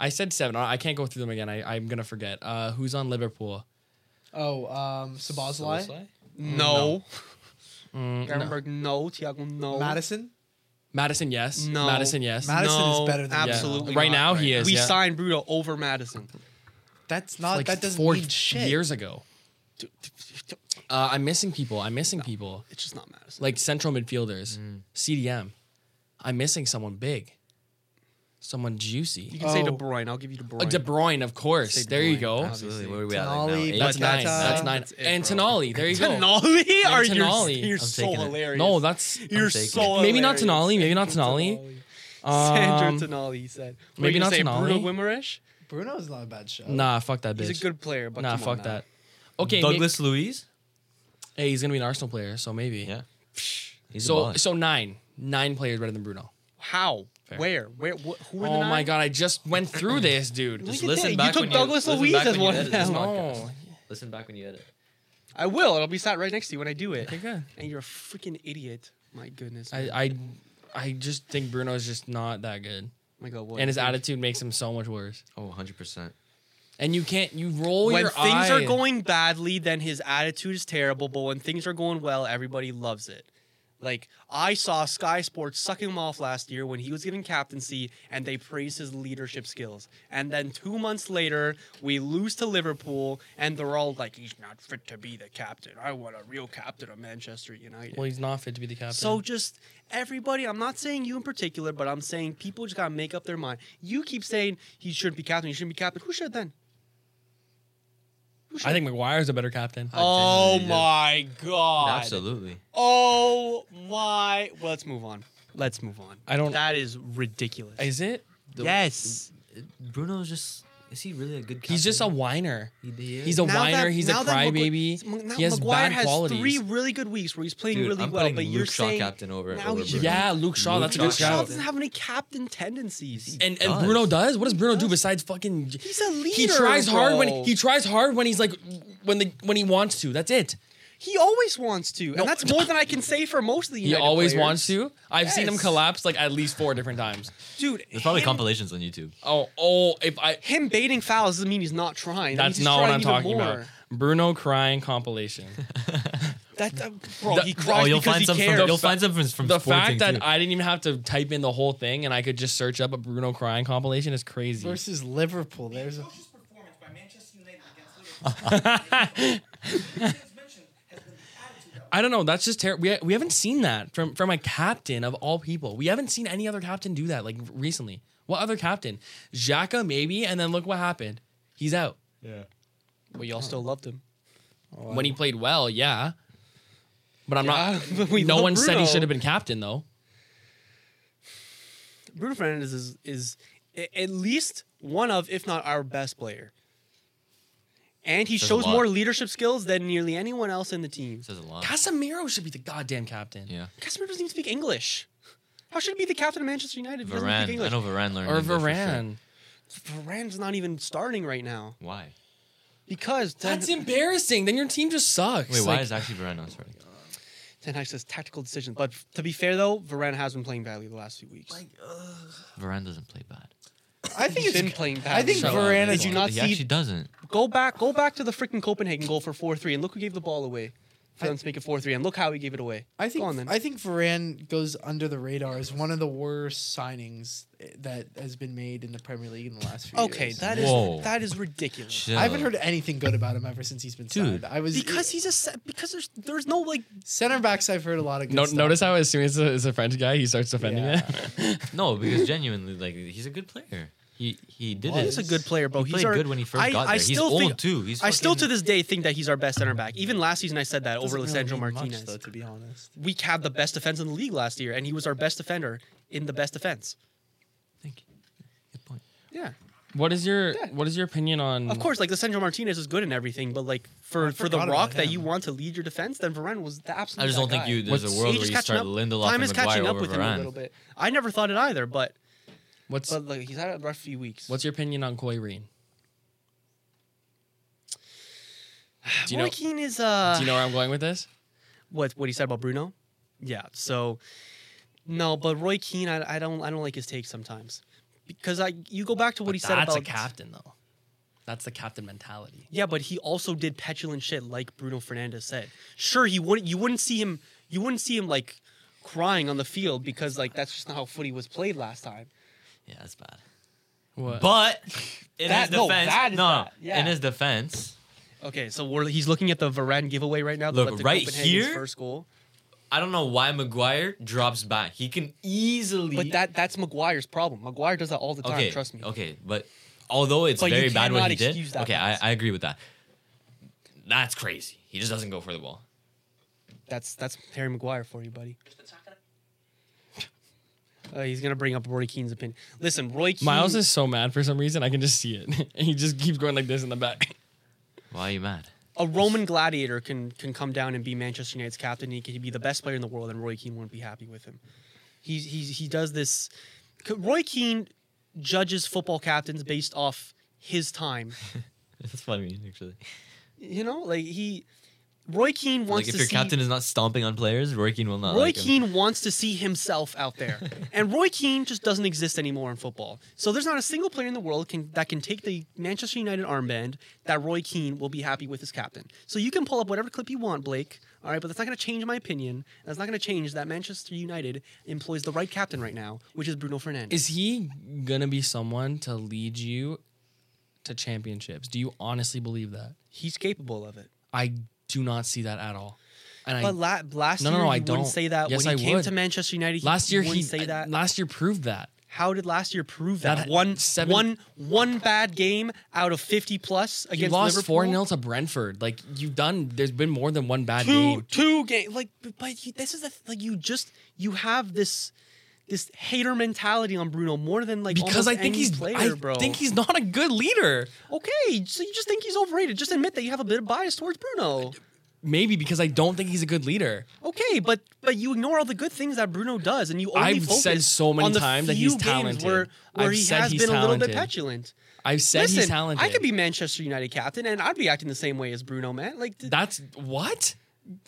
C: I said seven. I I can't go through them again. I, I'm gonna forget. Uh, who's on Liverpool?
A: Oh, um, Sabozlai,
B: No.
C: Mm, no.
B: Gravenberg, no. Tiago, no.
A: Madison.
C: Madison, yes.
B: No.
C: Madison, yes.
A: Ma- Madison is
B: no,
A: better than Bruno.
B: absolutely.
C: Yeah. Right
B: not.
C: now, he is,
B: We
C: yeah.
B: signed Bruno over Madison.
A: That's not.
C: like
A: that doesn't
C: four
A: mean shit.
C: years ago. Uh, I'm missing people. I'm missing people.
B: It's just not Madison.
C: Like central midfielders,
B: Mm.
C: CDM. I'm missing someone big, someone
B: you
C: juicy.
B: can say De
A: Oh.
B: Bruyne. I'll give you De Bruyne.
C: Uh, De Bruyne, of course.
B: Say De
C: There you
B: Bruyne,
C: go.
B: absolutely.
D: Absolutely. Where are we at? Like now?
A: Tenali,
D: Eight?
C: That's
A: But
C: nine.
A: that's, uh,
C: That's nine.
B: that's it,
C: and
B: bro.
C: Tenali. There you go.
B: Tenali?
C: And
B: Are you?
C: Tenali.
B: You're
C: I'm
B: so
D: taking it.
B: hilarious.
C: No, that's
B: You're
D: taking
B: so
D: it.
B: hilarious.
C: Maybe not Tenali, maybe not
B: Sandro
C: Tenali.
B: Sandro
C: um,
B: Tenali, he said. What,
C: maybe
B: you
C: not
B: say Bruno
C: Tenali?
B: Guimaraes?
A: Bruno's not a bad shot.
C: nah. Fuck that bitch.
B: He's a good player, but
C: nah.
B: come on
C: Fuck
B: now.
C: that. Okay, may-
D: Douglas Louise.
C: hey, he's gonna be an Arsenal player, so maybe.
D: Yeah. He's a
C: So
D: baller.
C: so nine, nine players better than Bruno.
B: How?
C: Fair.
B: Where? Where? Wh- who are the
C: Oh
B: nine?
C: my god, I just went through this, dude.
B: Look
D: Just
B: at
D: listen
B: that. You
D: back
B: took
D: when
B: Douglas
D: listen
B: Louise
D: back
B: as
D: when you
B: one
D: edit
B: now.
D: this
C: no,
D: podcast. Listen back when you edit.
B: I will. I'll be sat right next to you when I do it.
C: Okay, good.
B: And you're a freaking idiot. My goodness. man.
C: I I I just think Bruno is just not that good,
B: my God. What
C: and his attitude makes him so much worse.
D: Oh, 100 percent.
C: And you can't you roll
B: when
C: your
B: Oh, things
C: eye.
B: are going badly, then his attitude is terrible. But when things are going well, everybody loves it. Like I saw Sky Sports sucking him off last year when he was given captaincy, and they praised his leadership skills. And then two months later, we lose to Liverpool, and they're all like, "He's not fit to be the captain. I want a real captain of Manchester United."
C: well, he's not fit to be the captain.
B: So just everybody, I'm not saying you in particular, but I'm saying people just gotta make up their mind. You keep saying he shouldn't be captain, he shouldn't be captain. Who should then? Who should?
C: I think McGuire's a better captain. Uh,
D: I
B: oh
D: genuinely do.
B: my god!
D: Absolutely.
B: Oh my. Well, let's move on. Let's move on.
C: I don't-
B: That is ridiculous.
C: Is it?
B: yes.
D: Bruno's just. Is he really a good? Captain?
C: He's just a whiner.
D: He- he is.
C: He's a
B: Now
C: whiner.
B: that-
C: he's a
B: now that Magu-
C: crybaby.
B: M- now
C: he has
B: Maguire
C: bad
B: has
C: qualities.
B: Three really good weeks where he's playing
D: Dude,
B: really
D: I'm
B: well,
D: putting
B: but
D: Luke
B: you're
D: Shaw
B: saying
D: captain over-
B: now
D: over
B: he should-
D: Bruno.
C: yeah, Luke Shaw.
D: Luke
C: that's a
D: Shaw.
C: good
B: Luke Shaw
C: shout.
B: doesn't have any captain tendencies.
C: And and
D: does.
C: Bruno does. What does Bruno do
B: does.
C: besides fucking?
B: He's a leader.
C: he tries hard when
B: bro.
C: he tries hard when he's like when the when he wants to. That's it.
B: He always wants to,
C: No.
B: and that's more than I can say for most of the.
C: He
B: United
C: always
B: players.
C: wants to. I've seen him
B: Yes.
C: collapse like at least four different times.
B: dude.
D: There's probably
B: him,
D: compilations on YouTube.
C: Oh, oh, if I
B: him baiting fouls doesn't mean he's not trying. That
C: that's
B: means he's
C: not what
B: trying
C: I'm
B: even
C: talking
B: more.
C: about. Bruno crying compilation.
B: That, that- bro,
C: The-
B: he cries
D: Oh, you'll
B: because
D: find
B: he
D: some.
B: cares.
D: From, you'll
C: fa-
D: find some from, from
C: the
D: Sporting
C: fact that
D: too.
C: I didn't even have to type in the whole thing and I could just search up a Bruno crying compilation is crazy.
A: Versus Liverpool, there's a
E: atrocious performance by Manchester United against Liverpool. Since mentioned has been the attitude that
C: I don't know. That's just terrible. We, we haven't seen that from from a captain of all people. We haven't seen any other captain do that like recently. What other captain? Xhaka maybe, and then look what happened. He's out.
B: but y'all still loved him.
C: When he played well, yeah. But I'm
B: Yeah,
C: not.
B: but we
C: no
B: love
C: one said he
B: Bruno.
C: should have been captain though.
B: Bruno Fernandez is is a- at least one of, if not our best player. And he
D: Says a
B: shows
D: lot.
B: more leadership skills than nearly anyone else in the team.
D: says a lot.
C: Casemiro should be the goddamn captain.
D: Yeah.
B: Casemiro doesn't even speak English. How should he be the captain of Manchester United? if he doesn't speak
D: Varane. I
B: English?
D: know Varane learned.
C: Or
D: English for sure.
C: Varane.
B: Varane's not even starting right now
D: Why?
B: because Ten,
C: That's embarrassing. Then your team just sucks.
D: Wait, why
C: Like,
D: is actually Varane not starting?
B: Ten Hag says tactical decisions. But f- to be fair though, Varane has been playing badly the last few weeks.
D: Varane doesn't play bad.
A: I think
B: He's
A: it's
B: been playing badly.
A: I think
C: Shut up.
A: Varane
D: He
A: is
B: Did you not
D: he
B: see-
D: actually doesn't.
B: go back, go back to the freaking Copenhagen goal for four three, and look who gave the ball away for
A: I-
B: them to make it four three, and look how he gave it away.
A: I
B: go on then.
A: think I think Varane goes under the radar as one of the worst signings eh, that has been made in the Premier League in the last few
B: okay,
A: years.
B: that is
D: Whoa.
B: that is ridiculous.
D: Chill.
A: I haven't heard anything good about him ever since he's been
D: Dude.
A: signed. I was
B: Because he's a se- because there's there's no like
A: center backs. I've heard a lot of good
C: no,
A: stuff.
C: notice how as soon as it's a French guy, he starts defending
A: Yeah.
C: it.
D: No, because genuinely, like he's a good player. He he did it.
B: he's a good player, bro.
D: He
B: he's
D: played
B: our-
D: good when he first
B: I,
D: got
B: I
D: there. He's
B: still think,
D: old, too. He's
B: I still to
D: fucking-
B: this day think that he's our best center back. Even last season, I said that over
A: Doesn't really
B: Lisandro
A: mean much,
B: Martinez.
A: though, to be honest.
B: we had the best defense in the league last year, and he was our best defender in the best defense.
D: Thank you. Good point.
B: Yeah,
C: What is your
B: Yeah.
C: What is your opinion on?
B: of course. Like Lisandro Martinez is good and everything, but like
A: I
B: for for the
A: forgot about
B: rock that
A: him.
B: you want to lead your defense, then Varane was the absolute.
D: I just
B: that
D: don't think
B: guy.
D: you. There's
C: What's-
D: a world
B: He's
D: where you
B: catching
D: start
B: up.
D: Lindelof
B: Time
D: and
B: is
D: Maguire
B: catching up
D: over
B: with him a
D: Varane.
B: little bit. I never thought it either, but
C: What's
B: but like he's had a rough few weeks.
C: What's your opinion on Koi Reen? Do you know?
B: Roy Keane is uh
C: Do you know where I'm going with this?
B: what what he said about Bruno? Yeah. So no, but Roy Keane, I, I don't I don't like his take sometimes because I you go back to what he said
C: That's
B: about
C: a captain though. That's the captain mentality.
B: Yeah, but he also did petulant shit, like Bruno Fernandez said. Sure, he wouldn't. You wouldn't see him. You wouldn't see him like crying on the field because like that's just not how footy was played last time.
D: Yeah, that's bad.
C: What?
D: But in
B: That-
D: his
B: no,
D: defense, no,
B: that is
D: no,
B: bad. Yeah.
D: in his defense,
B: Okay, so we're, he's looking at the Varane giveaway right now. that
D: Look,
B: led to
D: right
B: Copenhagen's
D: here-
B: first goal.
D: I don't know why Maguire drops back. He can e- easily.
B: But that that's Maguire's problem. Maguire does that all the time.
D: okay,
B: Trust me.
D: Okay, but although it's
B: But you
D: very bad what
B: cannot
D: he did,
B: excuse that
D: okay, I,
B: pass.
D: I agree with that. That's crazy. He just doesn't go for the ball.
B: That's that's Harry Maguire for you, buddy. Uh, he's gonna bring up Roy Keane's opinion. Listen, Roy Keane.
C: Miles is so mad for some reason. I can just see it, and he just keeps going like this in the back.
D: Why are you mad?
B: a Roman gladiator can can come down and be Manchester United's captain. He could be the best player in the world, and Roy Keane wouldn't be happy with him. He he he does this. c- Roy Keane judges football captains based off his time.
D: That's funny, actually.
B: You know, like he. Roy Keane wants
D: Like if
B: to
D: your
B: see.
D: captain is not stomping on players, Roy Keane will not.
B: Roy
D: like him.
B: Keane wants to see himself out there, and Roy Keane just doesn't exist anymore in football. So there's not a single player in the world can, that can take the Manchester United armband that Roy Keane will be happy with as captain. So you can pull up whatever clip you want, Blake. All right, but that's not going to change my opinion. and That's not going to change that Manchester United employs the right captain right now, which is Bruno Fernandes.
C: Is he gonna be someone to lead you to championships? Do you honestly believe that?
B: He's capable of it.
C: I do not see that at all. And I
B: But la- last
C: No, no,
B: year
C: no,
B: you
C: I
B: wouldn't
C: don't.
B: say that.
C: Yes,
B: when
C: I
B: he came
C: would.
B: to Manchester United, he-
C: last year
B: you
C: he uh,
B: wouldn't say that.
C: last year proved that.
B: How did last year prove that?
C: That-
B: one,
C: seven-
B: one- one bad game out of 50 plus
C: You
B: against
C: lost
B: Liverpool.
C: four 0 to Brentford. Like you've done. There's been more than one bad
B: Two
C: game.
B: two game like but, but you, this is the th- like you just you have this this hater mentality on Bruno more than like
C: Because
B: almost
C: I think
B: any
C: he's.
B: player,
C: I
B: bro.
C: think he's not a good leader.
B: okay. So you just think he's overrated. Just admit that you have a bit of bias towards Bruno.
C: Maybe because I don't think he's a good leader.
B: Okay, but but you ignore all the good things that Bruno does, and you only
C: I've
B: focus
C: said so many
B: on the
C: times that
B: few
C: he's
B: games
C: talented.
B: Where, where
C: I've
B: he
C: said
B: has
C: he's
B: been a little bit
C: talented.
B: petulant.
C: I've said
B: Listen,
C: he's talented.
B: I could be Manchester United captain, and I'd be acting the same way as Bruno, man. Like, th-
C: That's what.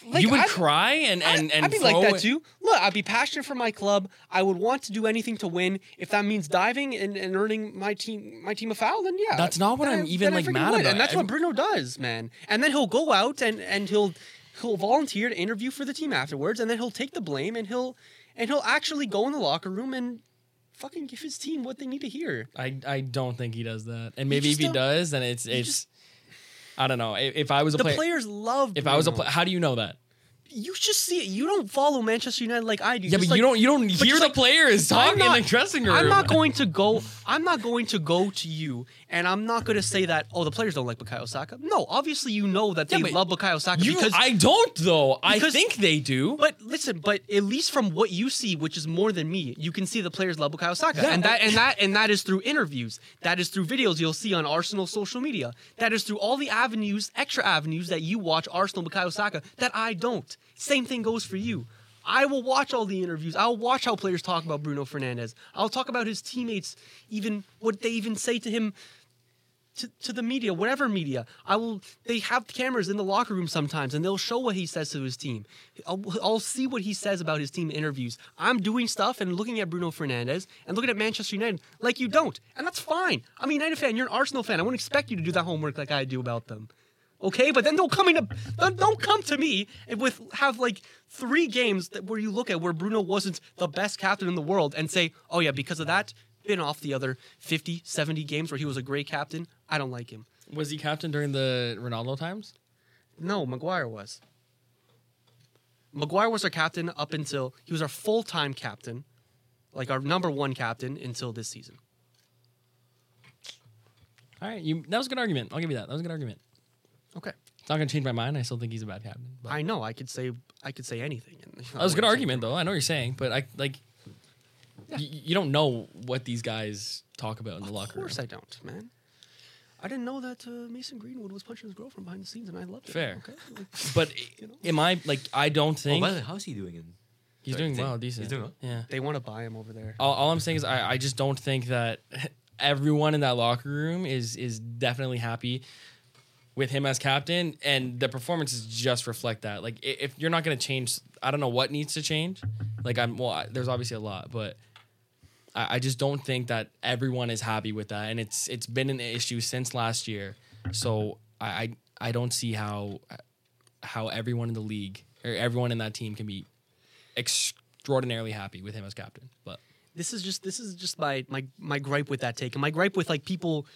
B: like,
C: you would
B: I'd-
C: cry and and
B: I'd,
C: and
B: I'd be
C: throw
B: like that
C: it-
B: too. Look, I'd be passionate for my club. I would want to do anything to win. If that means diving and, and earning my team my team a foul, then yeah.
C: That's not what
B: Then
C: I'm
B: I-
C: even,
B: then I
C: like,
B: freaking
C: mad
B: would.
C: about.
B: And that's
C: I'm-
B: what Bruno does, man. And then he'll go out and and he'll he'll volunteer to interview for the team afterwards, and then he'll take the blame and he'll and he'll actually go in the locker room and fucking give his team what they need to hear.
C: I I don't think he does that. And maybe
B: just
C: if he
B: don't-
C: does, then it's it's.
B: just-
C: I don't know. If, if I was a
B: The
C: player,
B: players love.
C: if I was a
B: Bruno.
C: player, how do you know that?
B: you just see it. You don't follow Manchester United like I do.
C: yeah,
B: Just
C: but
B: like-
C: you don't you don't
B: just
C: hear the
B: like-
C: players
B: I'm
C: talking in the dressing room.
B: I'm not going to go. I'm not going to go to you, and I'm not going to say that. Oh, the players don't like Bukayo Saka. No, obviously you know that
C: Yeah,
B: they
C: but
B: love Bukayo Saka
C: You,
B: because.
C: I don't though. I
B: because-
C: think they do.
B: but listen, but at least from what you see, which is more than me, you can see the players love Bukayo Saka,
C: Yeah.
B: and that and that and that is through interviews, that is through videos you'll see on Arsenal social media, that is through all the avenues, extra avenues that you watch Arsenal Bukayo Saka that I don't. Same thing goes for you. I will watch all the interviews. I'll watch how players talk about Bruno Fernandez. I'll talk about his teammates, even what they even say to him to, to the media, whatever media. I will. They have cameras in the locker room sometimes, and they'll show what he says to his team. I'll, I'll see what he says about his team in interviews. I'm doing stuff and looking at Bruno Fernandez and looking at Manchester United like you don't, and that's fine. I'm a United fan. You're an Arsenal fan. I wouldn't expect you to do that homework like I do about them. Okay, but then don't come into don't, don't come to me and with have like three games that where you look at where Bruno wasn't the best captain in the world and say, "Oh yeah, because of that, been off the other 50, 70 games where he was a great captain. I don't like him."
C: Was he captain during the Ronaldo times?
B: No, Maguire was. Maguire was our captain up until he was our full-time captain, like our number 1 captain until this season.
C: All right, you that was a good argument. I'll give you that. That was a good argument.
B: Okay.
C: It's not gonna change my mind. I still think he's a bad captain. But.
B: I know I could say I could say anything. and-
C: That was a good argument, though. I know what you're saying, but I like y- you don't know what these guys talk about in the
B: Of
C: locker room.
B: course I don't, man. I didn't know that uh, Mason Greenwood was punching his girlfriend behind the scenes, and I loved it.
C: Fair.
B: Okay. Like,
C: But i- am I like I don't
D: Oh,
C: think
D: by the way, how's he doing? In-
C: he's
D: Sorry,
C: doing
D: he's
C: well,
D: doing- he's
C: decent.
D: doing well?
C: Yeah.
B: they want to buy him over there.
C: All, all I'm saying is I, I just don't think that everyone in that locker room is is definitely happy with him as captain, and the performances just reflect that. Like i- if you're not going to change, I don't know what needs to change. Like I'm well, I, there's obviously a lot, but I, I just don't think that everyone is happy with that, and it's it's been an issue since last year. So I I, I don't see how how everyone in the league or everyone in that team can be extraordinarily happy with him as captain. But
B: this is just this is just my my my gripe with that take and my gripe with like people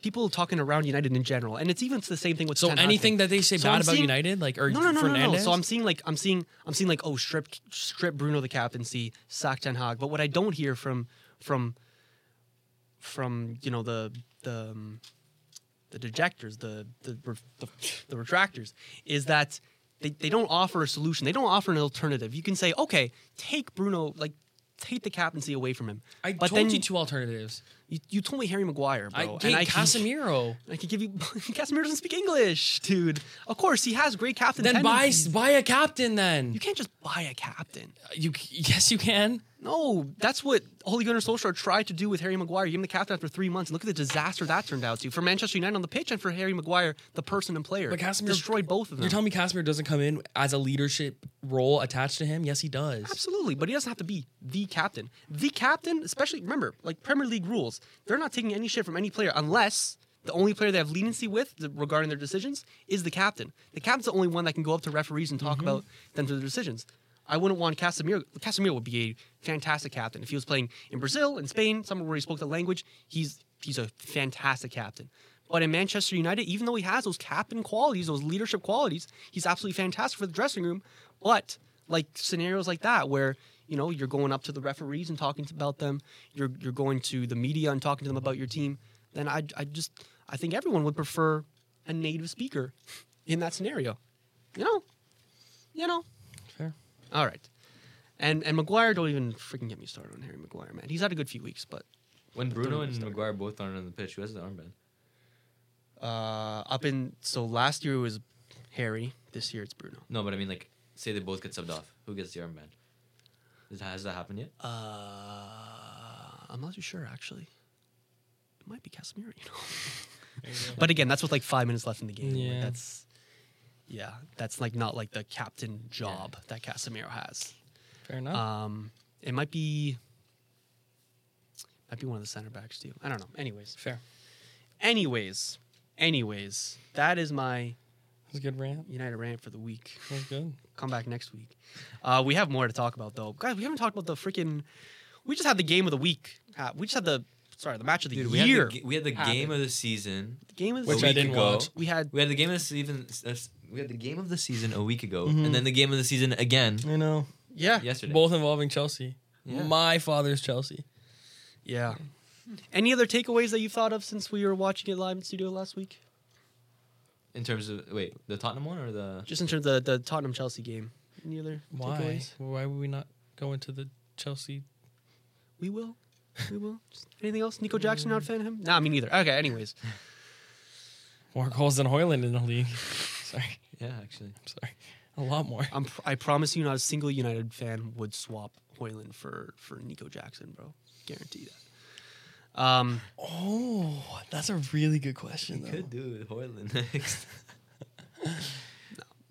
B: people talking around United in general and it's even the same thing with
C: so
B: Ten Hag.
C: anything that they say
B: So
C: bad
B: I'm
C: about
B: seeing-
C: United, like or
B: no no no no, no
C: Fernandez,
B: so I'm seeing like I'm seeing I'm seeing like oh strip strip Bruno the captaincy sack Ten Hag but what I don't hear from from from you know the the um, the dejectors the the re- the, the retractors is that they, they don't offer a solution they don't offer an alternative you can say okay take Bruno like take the captaincy away from him
C: I
B: but
C: told
B: then
C: you two alternatives.
B: you, you told me Harry Maguire, bro.
C: I
B: and
C: gave
B: I can-
C: Casemiro.
B: I could give you Casemiro doesn't speak English, dude. Of course, he has great captain.
C: Then buy
B: tendencies.
C: buy a captain. Then
B: You can't just buy a captain.
C: you c- yes you can.
B: No, that's what Ole Gunnar Solskjaer tried to do with Harry Maguire. Give him the captain after three months. and Look at the disaster that turned out to for Manchester United on the pitch and for Harry Maguire, the person and player.
C: But Casemiro
B: destroyed both of them.
C: You're telling me Casemiro doesn't come in as a leadership role attached to him? Yes, he does.
B: Absolutely, but he doesn't have to be the captain. The captain, especially remember, like Premier League rules, they're not taking any shit from any player unless the only player they have leniency with th- regarding their decisions is the captain. The captain's the only one that can go up to referees and talk about them for their decisions. I wouldn't want Casemiro. Casemiro would be a fantastic captain if he was playing in Brazil, in Spain, somewhere where he spoke the language. He's he's a fantastic captain. But in Manchester United, even though he has those captain qualities, those leadership qualities, he's absolutely fantastic for the dressing room. But like scenarios like that where you know you're going up to the referees and talking to- about them, you're you're going to the media and talking to them about your team, then I I just I think everyone would prefer a native speaker in that scenario. You know, you know.
C: Fair.
B: All right. And and Maguire, don't even freaking get me started on Harry Maguire, man. He's had a good few weeks, but
D: When Bruno
B: even
D: and
B: start.
D: Maguire both aren't on the pitch, who has the armband?
B: uh, up in so last year it was Harry, this year it's Bruno.
D: No, but I mean, like, say they both get subbed off. Who gets the armband? Is- Has that happened yet?
B: Uh, I'm not too sure actually. It might be Casemiro, you know. but again, that's with like five minutes left in the game. Like,
C: Yeah.
B: that's yeah, that's like not like the captain job that Casemiro has.
C: Fair enough.
B: Um, it might be might be one of the center backs too. I don't know. Anyways,
C: Fair.
B: anyways, anyways, that is my
C: That was a good rant.
B: United rant for the week.
C: That was good.
B: Come back next week. Uh, we have more to talk about though, guys. We haven't talked about the freaking. We just had the game of the week. Uh, we just had the sorry the match of the
D: Dude, we had
B: year.
D: the, ga- we had the
B: happened.
D: game of the season.
B: the game of the
C: Which
D: a
C: I
D: week
B: week.
C: didn't
D: ago.
C: watch.
B: We had
D: We had the game of the season. s- We had the game of the season a week ago, and then the game of the season again
C: I know.
B: Mm-hmm. yeah
D: yesterday.
C: Both involving Chelsea.
D: Yeah.
C: My father's Chelsea.
B: yeah. Any other takeaways that you've thought of since we were watching it live in studio last week?
D: In terms of wait, the Tottenham one or the
B: Just in terms of the, the Tottenham Chelsea game. Any other
C: Why?
B: takeaways?
C: Why would we not go into the Chelsea?
B: We will. We will. Just- anything else? Nico Jackson, not a fan of him? Nah, me neither. Okay. Anyways,
C: More goals than Hoyland in the league. sorry,
D: yeah actually.
C: I'm sorry. A lot more.
B: I'm pr- I promise you, not a single United fan would swap Hoyland for for Nico Jackson, bro. Guarantee that. Um,
C: Oh, that's a really good question. Though.
D: Could do with Hoyland next.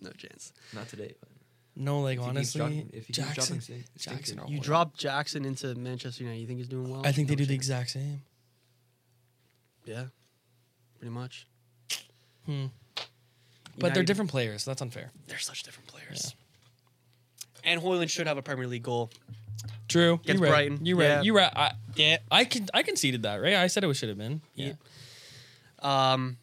B: no chance.
D: Not today. But
C: No, like
D: if he keeps
C: honestly,
D: dropping- if he keeps
C: Jackson.
D: dropping sin-
C: Jackson or
D: stinkers.
B: You drop Jackson into Manchester United. You think he's doing well?
C: I think they
B: No
C: do the
B: chance.
C: exact same.
B: Yeah, pretty much.
C: Hmm. But they're
B: United-
C: different players. So that's unfair.
B: They're such different players. And Hoyland should have a Premier League goal.
C: True.
B: Against
C: you right.
B: Brighton.
C: You right.
B: Yeah.
C: You right. I, yeah. I can. I conceded that. Right. I said it should have been. Yeah.
B: Um,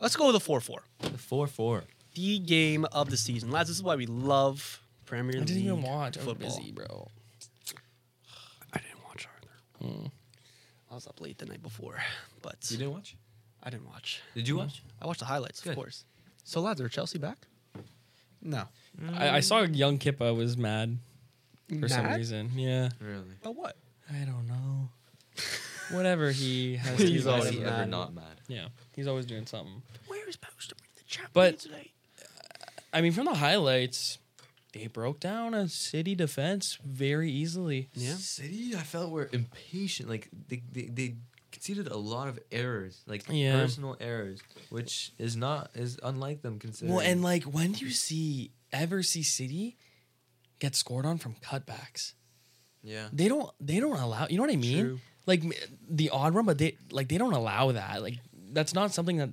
B: let's go with a four-four.
D: The four four.
B: The game of the season, lads. This is why we love Premier
C: I
B: League.
C: didn't even watch. I was
B: football.
C: busy, bro.
B: I didn't watch either.
C: Hmm.
B: I was up late the night before, but
D: You didn't watch?
B: I didn't watch.
D: Did you watch?
B: I watched the highlights, of
D: Good.
B: course. So, lads, are Chelsea back?
A: No.
C: I, I
D: Mm.
C: saw young Kippa was mad for some
B: Mad?
C: reason. Yeah.
D: Really?
B: About what?
C: I don't know. Whatever he has. to
B: He's
C: do.
D: Was
B: always
D: he ever
B: mad.
D: not mad?
C: Yeah. He's always doing something.
B: Where is supposed to win the
C: But-
B: Champions League?
C: I mean, from the highlights, they broke down a city defense very easily.
B: Yeah.
D: City, I felt were impatient. Like they, they, they conceded a lot of errors, like
C: Yeah.
D: personal errors, which is not is unlike them considering.
C: Well, and like when do you see ever see City get scored on from cutbacks?
D: Yeah.
C: they don't they don't allow you know what I mean
B: True.
C: like m- the odd run but they like they don't allow that like that's not something that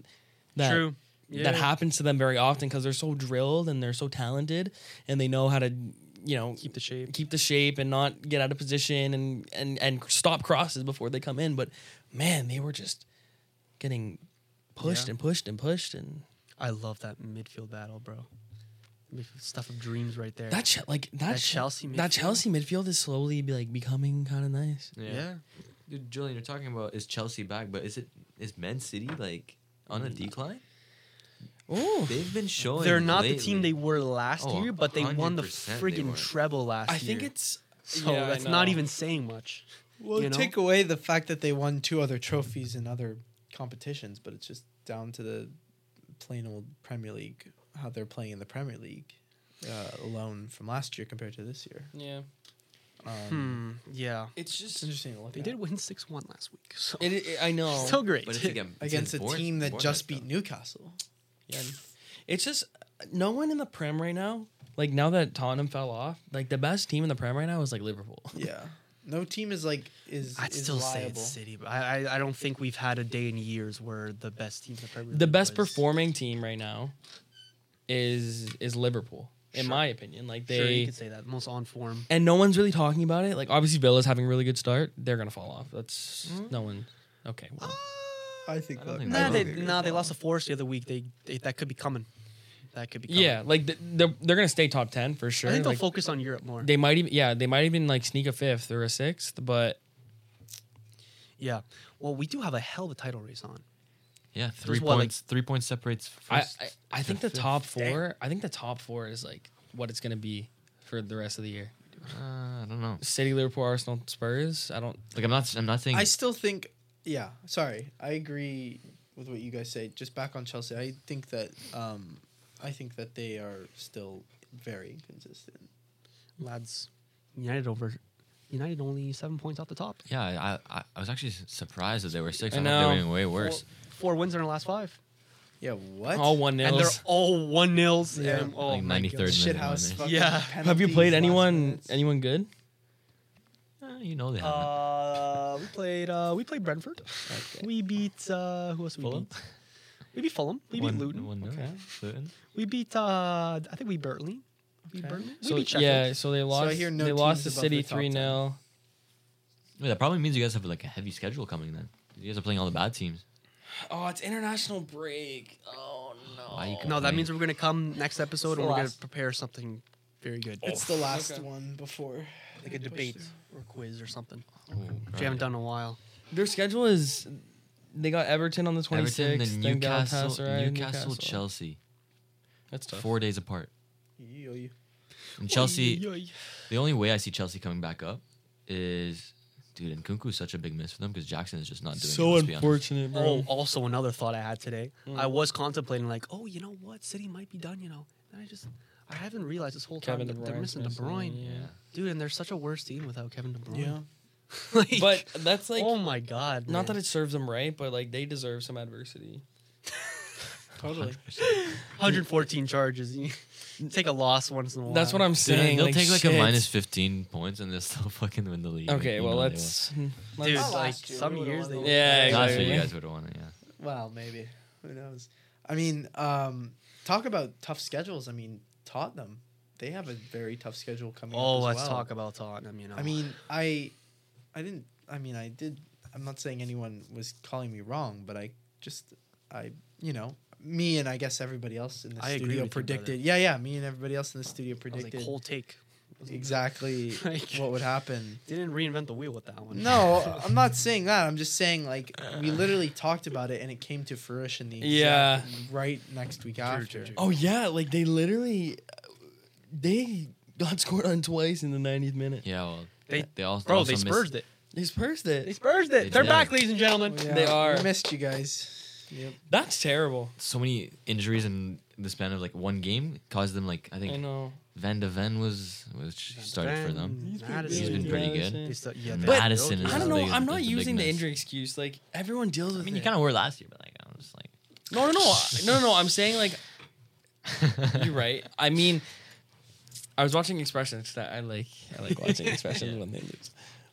C: that
B: True. Yeah.
C: that happens to them very often because they're so drilled and they're so talented and they know how to you know
B: Keep the shape.
C: keep the shape and not get out of position and and and stop crosses before they come in but man they were just getting pushed
B: Yeah.
C: and pushed and pushed and
B: I love that midfield battle, bro. Midfield Stuff of dreams right there.
C: that che- like that,
B: That
C: che-
B: Chelsea midfield?
C: that Chelsea midfield is slowly be like becoming kind of nice
D: Yeah.
B: yeah.
D: Dude, Julian, you're talking about is Chelsea back, but is it is Man City like on a decline?
C: oh
D: They've been showing.
B: They're not the
D: lately.
B: team they were last
D: Oh,
B: year, but they won the
D: 100% they
B: friggin'
D: weren't.
B: treble last
C: I
B: year.
C: think it's
B: so
C: yeah, I
B: that's not
C: know.
B: even saying much.
A: Well,
B: you know?
A: take away the fact that they won two other trophies in other competitions, but it's just down to the plain old Premier League, how they're playing in the Premier League uh, alone from last year compared to this year.
C: yeah
A: Um,
B: Hmm. Yeah.
C: it's
A: It's
C: just
A: interesting to look
B: They
A: at.
B: did win six one last week. So
C: it, it, I know
B: still great.
D: But it's again it's
A: against a
D: against Bourne-
A: team that
D: Bournemouth,
A: just
D: though.
A: beat Newcastle.
C: Yeah. It's just no one in the Prem right now. Like now that Tottenham fell off, like the best team in the Prem right now is like Liverpool.
A: Yeah, no team is like is.
B: I'd
A: is
B: still say
A: liable.
B: it's City, but I, I I don't think we've had a day in years where the best team in the Premier
C: The
B: League
C: best
B: was-
C: performing team right now is is Liverpool, in
B: Sure.
C: my opinion. Like
B: Sure, you
C: they
B: could say that most on form.
C: and no one's really talking about it. Like obviously Villa's having a really good start. They're gonna fall off. That's no one. Okay. Well,
A: I think.
D: I don't
A: that-
D: think
B: Nah,
D: don't
B: they
D: agree
B: nah, they lost the Forest the other week. They, they that could be coming. That could be coming.
C: yeah. Like th- they're they're gonna stay top ten for sure.
B: I think they'll
C: Like,
B: focus on Europe more.
C: they might even yeah they might even like sneak a fifth or a sixth, but
B: yeah. Well, we do have a hell of a title race on.
D: Yeah, three
B: what, like-
D: points. three points separates.
C: I,
D: First.
C: I, I think the
D: fifth.
C: top four. I think the top four is like what it's gonna be for the rest of the year.
D: uh, I don't know.
C: City, Liverpool, Arsenal, Spurs. I don't.
D: Like I'm not. I'm not saying.
A: I still think, yeah. Sorry, I agree with what you guys say. Just back on Chelsea, I think that, um, I think that they are still very inconsistent.
B: lads. United over United only seven points off the top.
D: yeah, I, I I was actually s- surprised that they were six.
C: I
D: I, thought
C: know.
D: they were doing way worse.
B: Four wins in our last five,
A: Yeah, what?
C: All one
B: and they're
C: nils.
B: all one nils.
A: Yeah.
B: And, oh
D: Like
B: my God.
D: 93rd.
A: shit house.
D: Yeah.
A: fucking
C: Have you
A: penalties,
C: played
A: last
C: anyone
A: minutes.
C: anyone good?
D: Uh, you know they haven't.
B: Uh, we played. Uh, we played Brentford.
C: Okay.
B: We beat. Uh, who else did we
C: Fulham?
B: beat? We beat Fulham. We beat
D: One-
B: Luton.
D: one nil.
C: Okay.
D: Luton.
B: We beat. Uh, I think we beat Burnley. We beat Burnley. We
C: So
B: beat Sheffield.
C: yeah, so they lost.
A: hear no
C: they lost to
A: teams above
C: City
A: the top
C: three 0
D: Yeah, that probably means you guys have like a heavy schedule coming then. You guys are playing all the bad teams.
C: Oh, it's international break. Oh
D: Why you
B: No, that
D: Right.
B: means we're gonna come next episode and we're gonna
C: Last.
B: prepare something very good,
A: It's the last
C: Okay.
A: one before.
B: like a debate or quiz or something. Which
D: Right.
B: we haven't done in a while.
C: Their schedule is. They got Everton on the twenty
D: Everton,
C: sixth.
D: then
C: Then
D: Newcastle,
C: Galatasaray,
D: Newcastle, Chelsea,
C: That's tough.
D: four days apart.
A: Yo, yo.
D: And Chelsea,
B: Oy, oy.
D: the only way I see Chelsea coming back up is, dude, and Kunku is such a big miss for them because Jackson is just not doing it. let's be honest.
C: unfortunate,
B: Oh, also another thought I had today. I was contemplating like, oh, you know what, City might be done, you know. And I just, I haven't realized this whole time
C: Kevin
B: that
C: De
B: they're
C: Bruyne's
B: missing De
C: missing,
B: Bruyne,
C: yeah.
B: dude, and they're such a worse team without Kevin De Bruyne.
A: Yeah.
B: like,
C: But that's like
B: oh my god,
C: Not that
B: man.
C: it serves them right, but like they deserve some adversity.
A: Totally.
B: 114 charges. You take a loss once in a while.
C: That's what I'm
D: Dude,
C: saying.
D: they'll take like
C: shit.
D: a minus fifteen points and they'll still fucking win the league. Like,
C: Okay,
D: you
C: well
D: know they
C: let's. hmm,
B: Dude,
C: let's-
A: Not
B: like
A: last year,
B: some
A: we would've
B: years
A: won
B: they.
A: the
C: Yeah,
D: will. Last year
C: exactly.
D: you guys would have won it. Yeah.
A: well, maybe. Who knows? I mean, um, talk about tough schedules. I mean, Tottenham. They have a very tough schedule coming.
B: Oh,
A: up as
B: let's
A: well.
B: talk about Tottenham. You know,
A: I mean, I, I didn't. I mean, I did. I'm not saying anyone was calling me wrong, but I just, I, you know, me and I guess everybody else in the
B: I agree
A: studio
B: with you, brother.
A: predicted. yeah, yeah, me and everybody else in the studio
B: That was,
A: predicted
B: like whole take.
A: exactly
B: Like-
A: what would happen.
B: Didn't reinvent the wheel with that one.
A: No, I'm not saying that. I'm just saying like we literally talked about it and it came to fruition the exact right next week after.
B: true, true.
C: oh yeah, like they literally, they got scored on twice in the 90th minute.
D: Yeah. Well,
B: They-
D: they, all.
B: bro,
D: also
B: they
D: missed-
B: Spurred it.
C: They Spurs
B: They
C: it.
B: Spurred
D: They
B: it. They're
D: did.
B: back, ladies and gentlemen.
A: Oh, Yeah,
C: They are-
A: we missed you guys. Yep.
C: That's terrible.
D: so many injuries in the span of like one game caused them like I think
C: I know.
D: Van de Ven was which started for them.
B: He's
C: pretty
D: He's been pretty good.
B: They still- yeah,
D: But
B: they-
D: Madison
B: they-
D: is
C: I don't
D: the
C: know.
D: big-
C: I'm
D: is
C: not
D: the big
C: using the
D: miss.
C: injury excuse. Like everyone deals with.
D: I mean, you
C: it.
D: kind of were last year, but like I was like.
C: No, no, no, no, no, no. I'm saying like you're right. I mean, I was watching expressions that I like. I like watching expressions when they lose,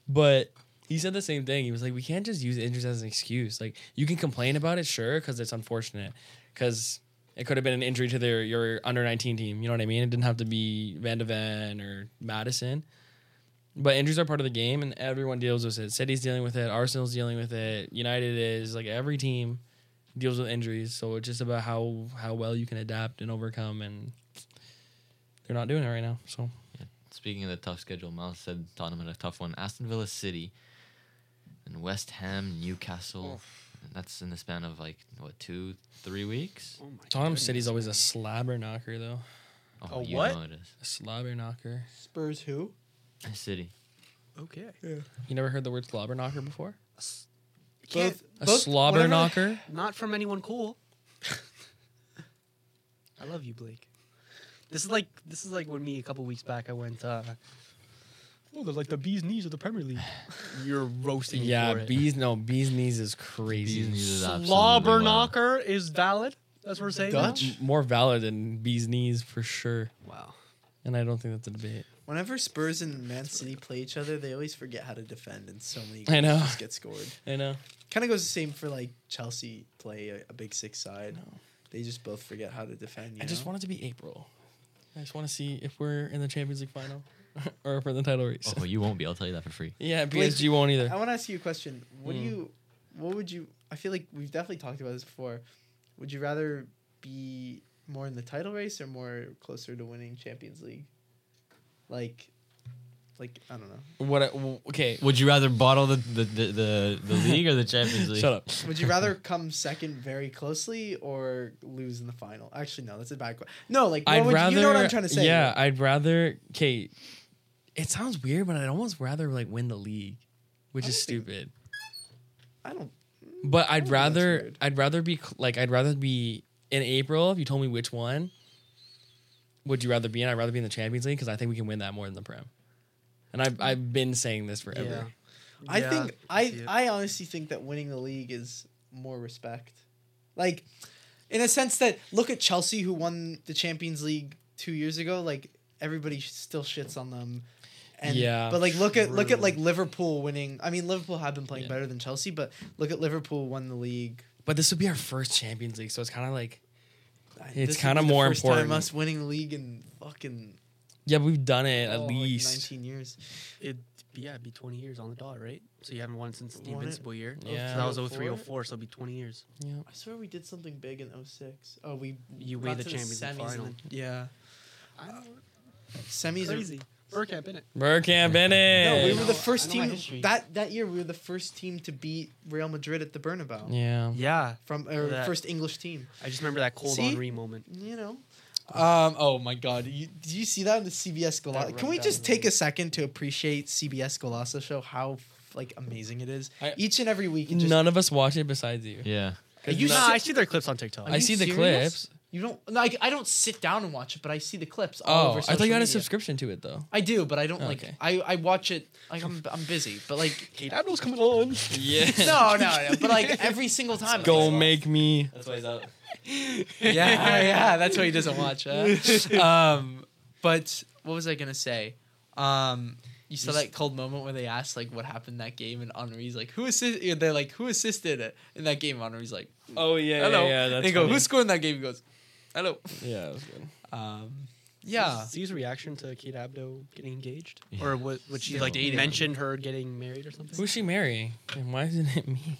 C: but he said the same thing. He was like, "We can't just use injuries as an excuse. Like, you can complain about it, sure, because it's unfortunate, because it could have been an injury to their your under nineteen team. You know what I mean? It didn't have to be Van de Ven or Madison, but injuries are part of the game, and everyone deals with it. City's dealing with it. Arsenal's dealing with it. United is like every team." deals with injuries. So it's just about how how well you can adapt and overcome. And they're not doing it right now. So
D: Speaking of the tough schedule, Miles said Tottenham had a tough one. Aston Villa City and West Ham, Newcastle. And that's in the span of like what two, three weeks?
B: Oh my
C: Tottenham
B: goodness.
C: City's always a slabber knocker, though.
B: A what?
D: Oh, know it is.
C: A slobber knocker.
A: Spurs who?
D: City.
B: Okay.
C: You never heard the word slobber knocker before?
B: Can't-
C: A
A: Both-
C: slobber
A: whatever-
C: knocker.
B: Not from anyone cool. I love you, Blake. This is like this is like when me a couple weeks back I went. uh Oh, they're like the bees knees of the Premier League. You're roasting. me
C: Yeah,
B: for it.
C: bees. No, bees knees is crazy.
D: Bees knees is absolutely
B: slobber
D: wild.
B: knocker is valid. That's what we're saying. now?
A: Dutch?
C: M- More valid than bees knees for sure.
B: Wow.
C: And I don't think that's a debate.
A: Whenever Spurs and Man City play each other, they always forget how to defend, and so many
C: I know.
A: goals just get scored.
C: I know.
A: Kind of goes the same for like Chelsea play a, a big six side. They just both forget how to defend. You
C: I just
A: know?
C: want it to be April. I just want to see if we're in the Champions League final or for the title race.
D: Oh, you won't be. I'll tell you that for free.
C: Yeah,
A: Blake,
C: PSG won't either.
A: I want to ask you a question. What
C: Mm.
A: do you? What would you? I feel like we've definitely talked about this before. Would you rather be more in the title race or more closer to winning Champions League? Like, like I don't know.
C: What? I, w- okay.
D: Would you rather bottle the the, the, the, the league or the Champions League?
C: Shut up.
A: Would you rather come second very closely or lose in the final? Actually, no, that's a bad question. No, like what
C: I'd
A: would
C: rather.
A: you, you know what I'm trying to say?
C: Yeah,
A: right?
C: I'd rather. Okay, it sounds weird, but I'd almost rather like win the league, which
A: I
C: is
A: don't think-
C: stupid.
A: I don't.
C: But
A: think
C: I'd
A: that's
C: rather.
A: weird.
C: I'd rather be cl- like. I'd rather be in April. If you told me which one, would you rather be in? I'd rather be in the Champions League because I think we can win that more than the Prem. And I've I've been saying this forever.
B: Yeah.
A: I
B: Yeah,
A: think
B: see
A: I
B: it.
A: I honestly think that winning the league is more respect, like, in a sense that look at Chelsea who won the Champions League two years ago. Like everybody sh- still shits on them. And,
C: Yeah,
A: but like look at look at
B: true.
A: like Liverpool winning. I mean Liverpool have been playing
C: Yeah.
A: better than Chelsea, but look at Liverpool won the league.
C: But this would be our first Champions League, so it's kind of like
A: I-
C: It's
A: this would
C: kinda
A: be the
C: more
A: first
C: important.
A: Time us winning the league in fucking
C: yeah, but we've done it at
A: oh, like,
C: least.
A: 19 years.
B: It yeah, it'd be 20 years on the dot, right? So you haven't won since the
A: Won it-
B: invincible year.
C: Yeah.
B: So that was 03,
A: 03,
B: 04, so it'd be 20 years.
C: yeah.
A: I swear we did something big in 06. Oh, we
B: You
A: got
B: made the
A: to
B: Champions League
A: semis and
B: final.
A: the- yeah, semis are
B: Crazy. Burkamp in it.
C: Merkamp in
A: No, we
C: it.
A: were
B: I
A: the
B: know-
A: first
B: I know my
A: team
B: history.
A: that that year. We were the first team to beat Real Madrid at the Bernabeu
C: yeah.
B: Yeah,
A: from our
B: That-
A: first English team.
B: I just remember that cold
A: See?
B: Henri moment.
A: You know. Um. Oh my God. You, did you see that in the CBS
B: That
A: Golasso? Can we
B: rundown
A: just
B: was
A: take a second to appreciate CBS Golasso show? How f- like amazing it is.
C: I-
A: Each and every week. it just-
C: None of us watch it besides you.
D: Yeah.
A: Are
B: You
A: you
B: no,
A: si-
B: I see their clips on TikTok.
A: Are
C: I
A: you
C: see the
A: serious?
C: clips.
A: You don't. No, I, I don't sit down and watch it, but I see the clips. All
C: Oh,
A: over
C: I thought you had a
A: subscription.
C: subscription to it though.
A: I do, but I don't like.
C: Okay.
A: I I watch it. Like I'm I'm busy, but like.
B: Kate Admiral's coming on.
C: Yeah.
A: No, no, no. But like every single time.
C: Go make me.
D: That's why he's out.
A: yeah, yeah, that's why he doesn't watch. Huh? Um, but what was I gonna say? Um, you saw that cold moment where they asked like what happened that game, and Henri's like, "Who assisted?" They're like, "Who assisted it in that game?" Henri's like,
C: Oh yeah.
A: "Hello."
C: Yeah. yeah
A: and they go, "Who scored in that game?" He goes, "Hello."
C: Yeah. That was good.
A: Um, yeah,
B: See his reaction to Kate Abdo getting engaged,
D: Yeah.
B: or what? Would she
A: Still
B: like
A: dating.
B: mentioned her getting married or something?
C: Who's she marrying? And why isn't it me?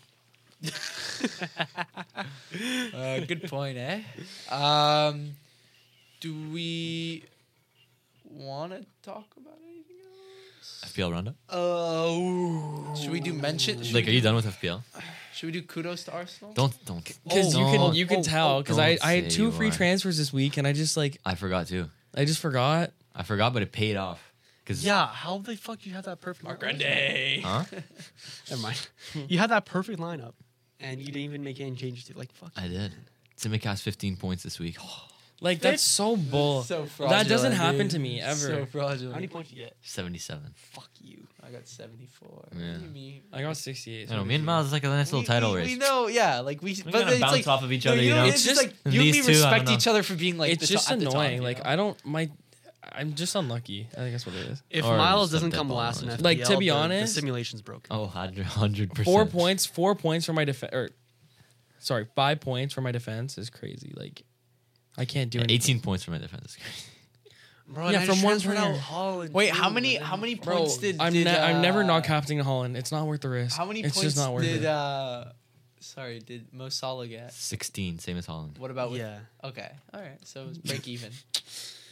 A: uh, good point, eh? Um, do we want to talk about anything else?
D: FPL roundup.
A: Oh, should we do mention? Should,
D: Like, are
A: we,
D: you done with FPL?
A: should we do kudos to Arsenal?
D: Don't don't.
C: Because you can
D: Don't-
C: you can
B: oh,
C: tell
B: oh,
C: because I
D: don't
C: I
D: say
C: had two
D: you
C: free
D: are.
C: transfers this week and I just like
D: I forgot too.
C: I just forgot.
D: I forgot, but it paid off. Cause
B: Yeah, how the fuck do you have that perfect? Mark
D: Huh?
B: Never mind. you had that perfect lineup, and you didn't even make any changes to. Like fuck.
D: I did. Simic has 15 points this week.
C: Like that's so bull.
A: So
C: that doesn't
A: fraudulent,
C: happen
A: dude.
C: to me ever.
A: So
B: How many
A: fraudulent.
B: points you get?
D: 77.
B: Fuck you.
A: I got 74.
D: Yeah.
A: What do you mean?
C: I got sixty eight.
D: I don't know. Me and Miles is like a nice
A: We-
D: little title
A: we,
D: race.
A: We know, yeah. Like we,
D: We
A: but
D: kinda
A: it's
D: bounce
A: like,
D: off of each
A: no,
D: other,
A: you
D: you
A: know.
D: know?
A: It's
C: It's
A: just like
C: just-
A: you and
D: these
A: me
D: two, I don't
A: respect
D: know.
A: each other for being like.
C: it's
A: the
C: just
A: top- at the top,
C: annoying.
A: you
C: like
A: know?
C: I don't my I'm just unlucky. I think that's what it is.
B: If
D: Or
B: Miles
D: just
B: doesn't
D: dumped
B: come
D: up on
B: last in
D: us.
B: FPL,
C: Like, to be
B: the-
C: honest-
B: the simulation's broken.
D: Oh, 100 percent.
C: Four points. Four points for my defense. Or, sorry, five points for my defense is crazy. Like, I can't do
D: Yeah,
C: anything.
D: 18 points for my defense.
B: Bro,
C: Yeah,
B: I
C: from
B: just
C: one
B: transferred
C: player.
B: Holland
A: Wait,
B: too,
A: how many
B: and
A: how
B: then-
A: many
C: Bro,
A: points did
C: Oh, I'm
A: did,
C: ne- I'm never
A: uh,
C: not captaining Holland. It's not worth the risk.
A: How many
C: It's
A: points
C: just not worth
A: did
C: it.
A: uh sorry, did Mo Salah get?
D: 16, same as Holland.
A: What about with
B: Yeah,
A: Okay. All right. So it was break even.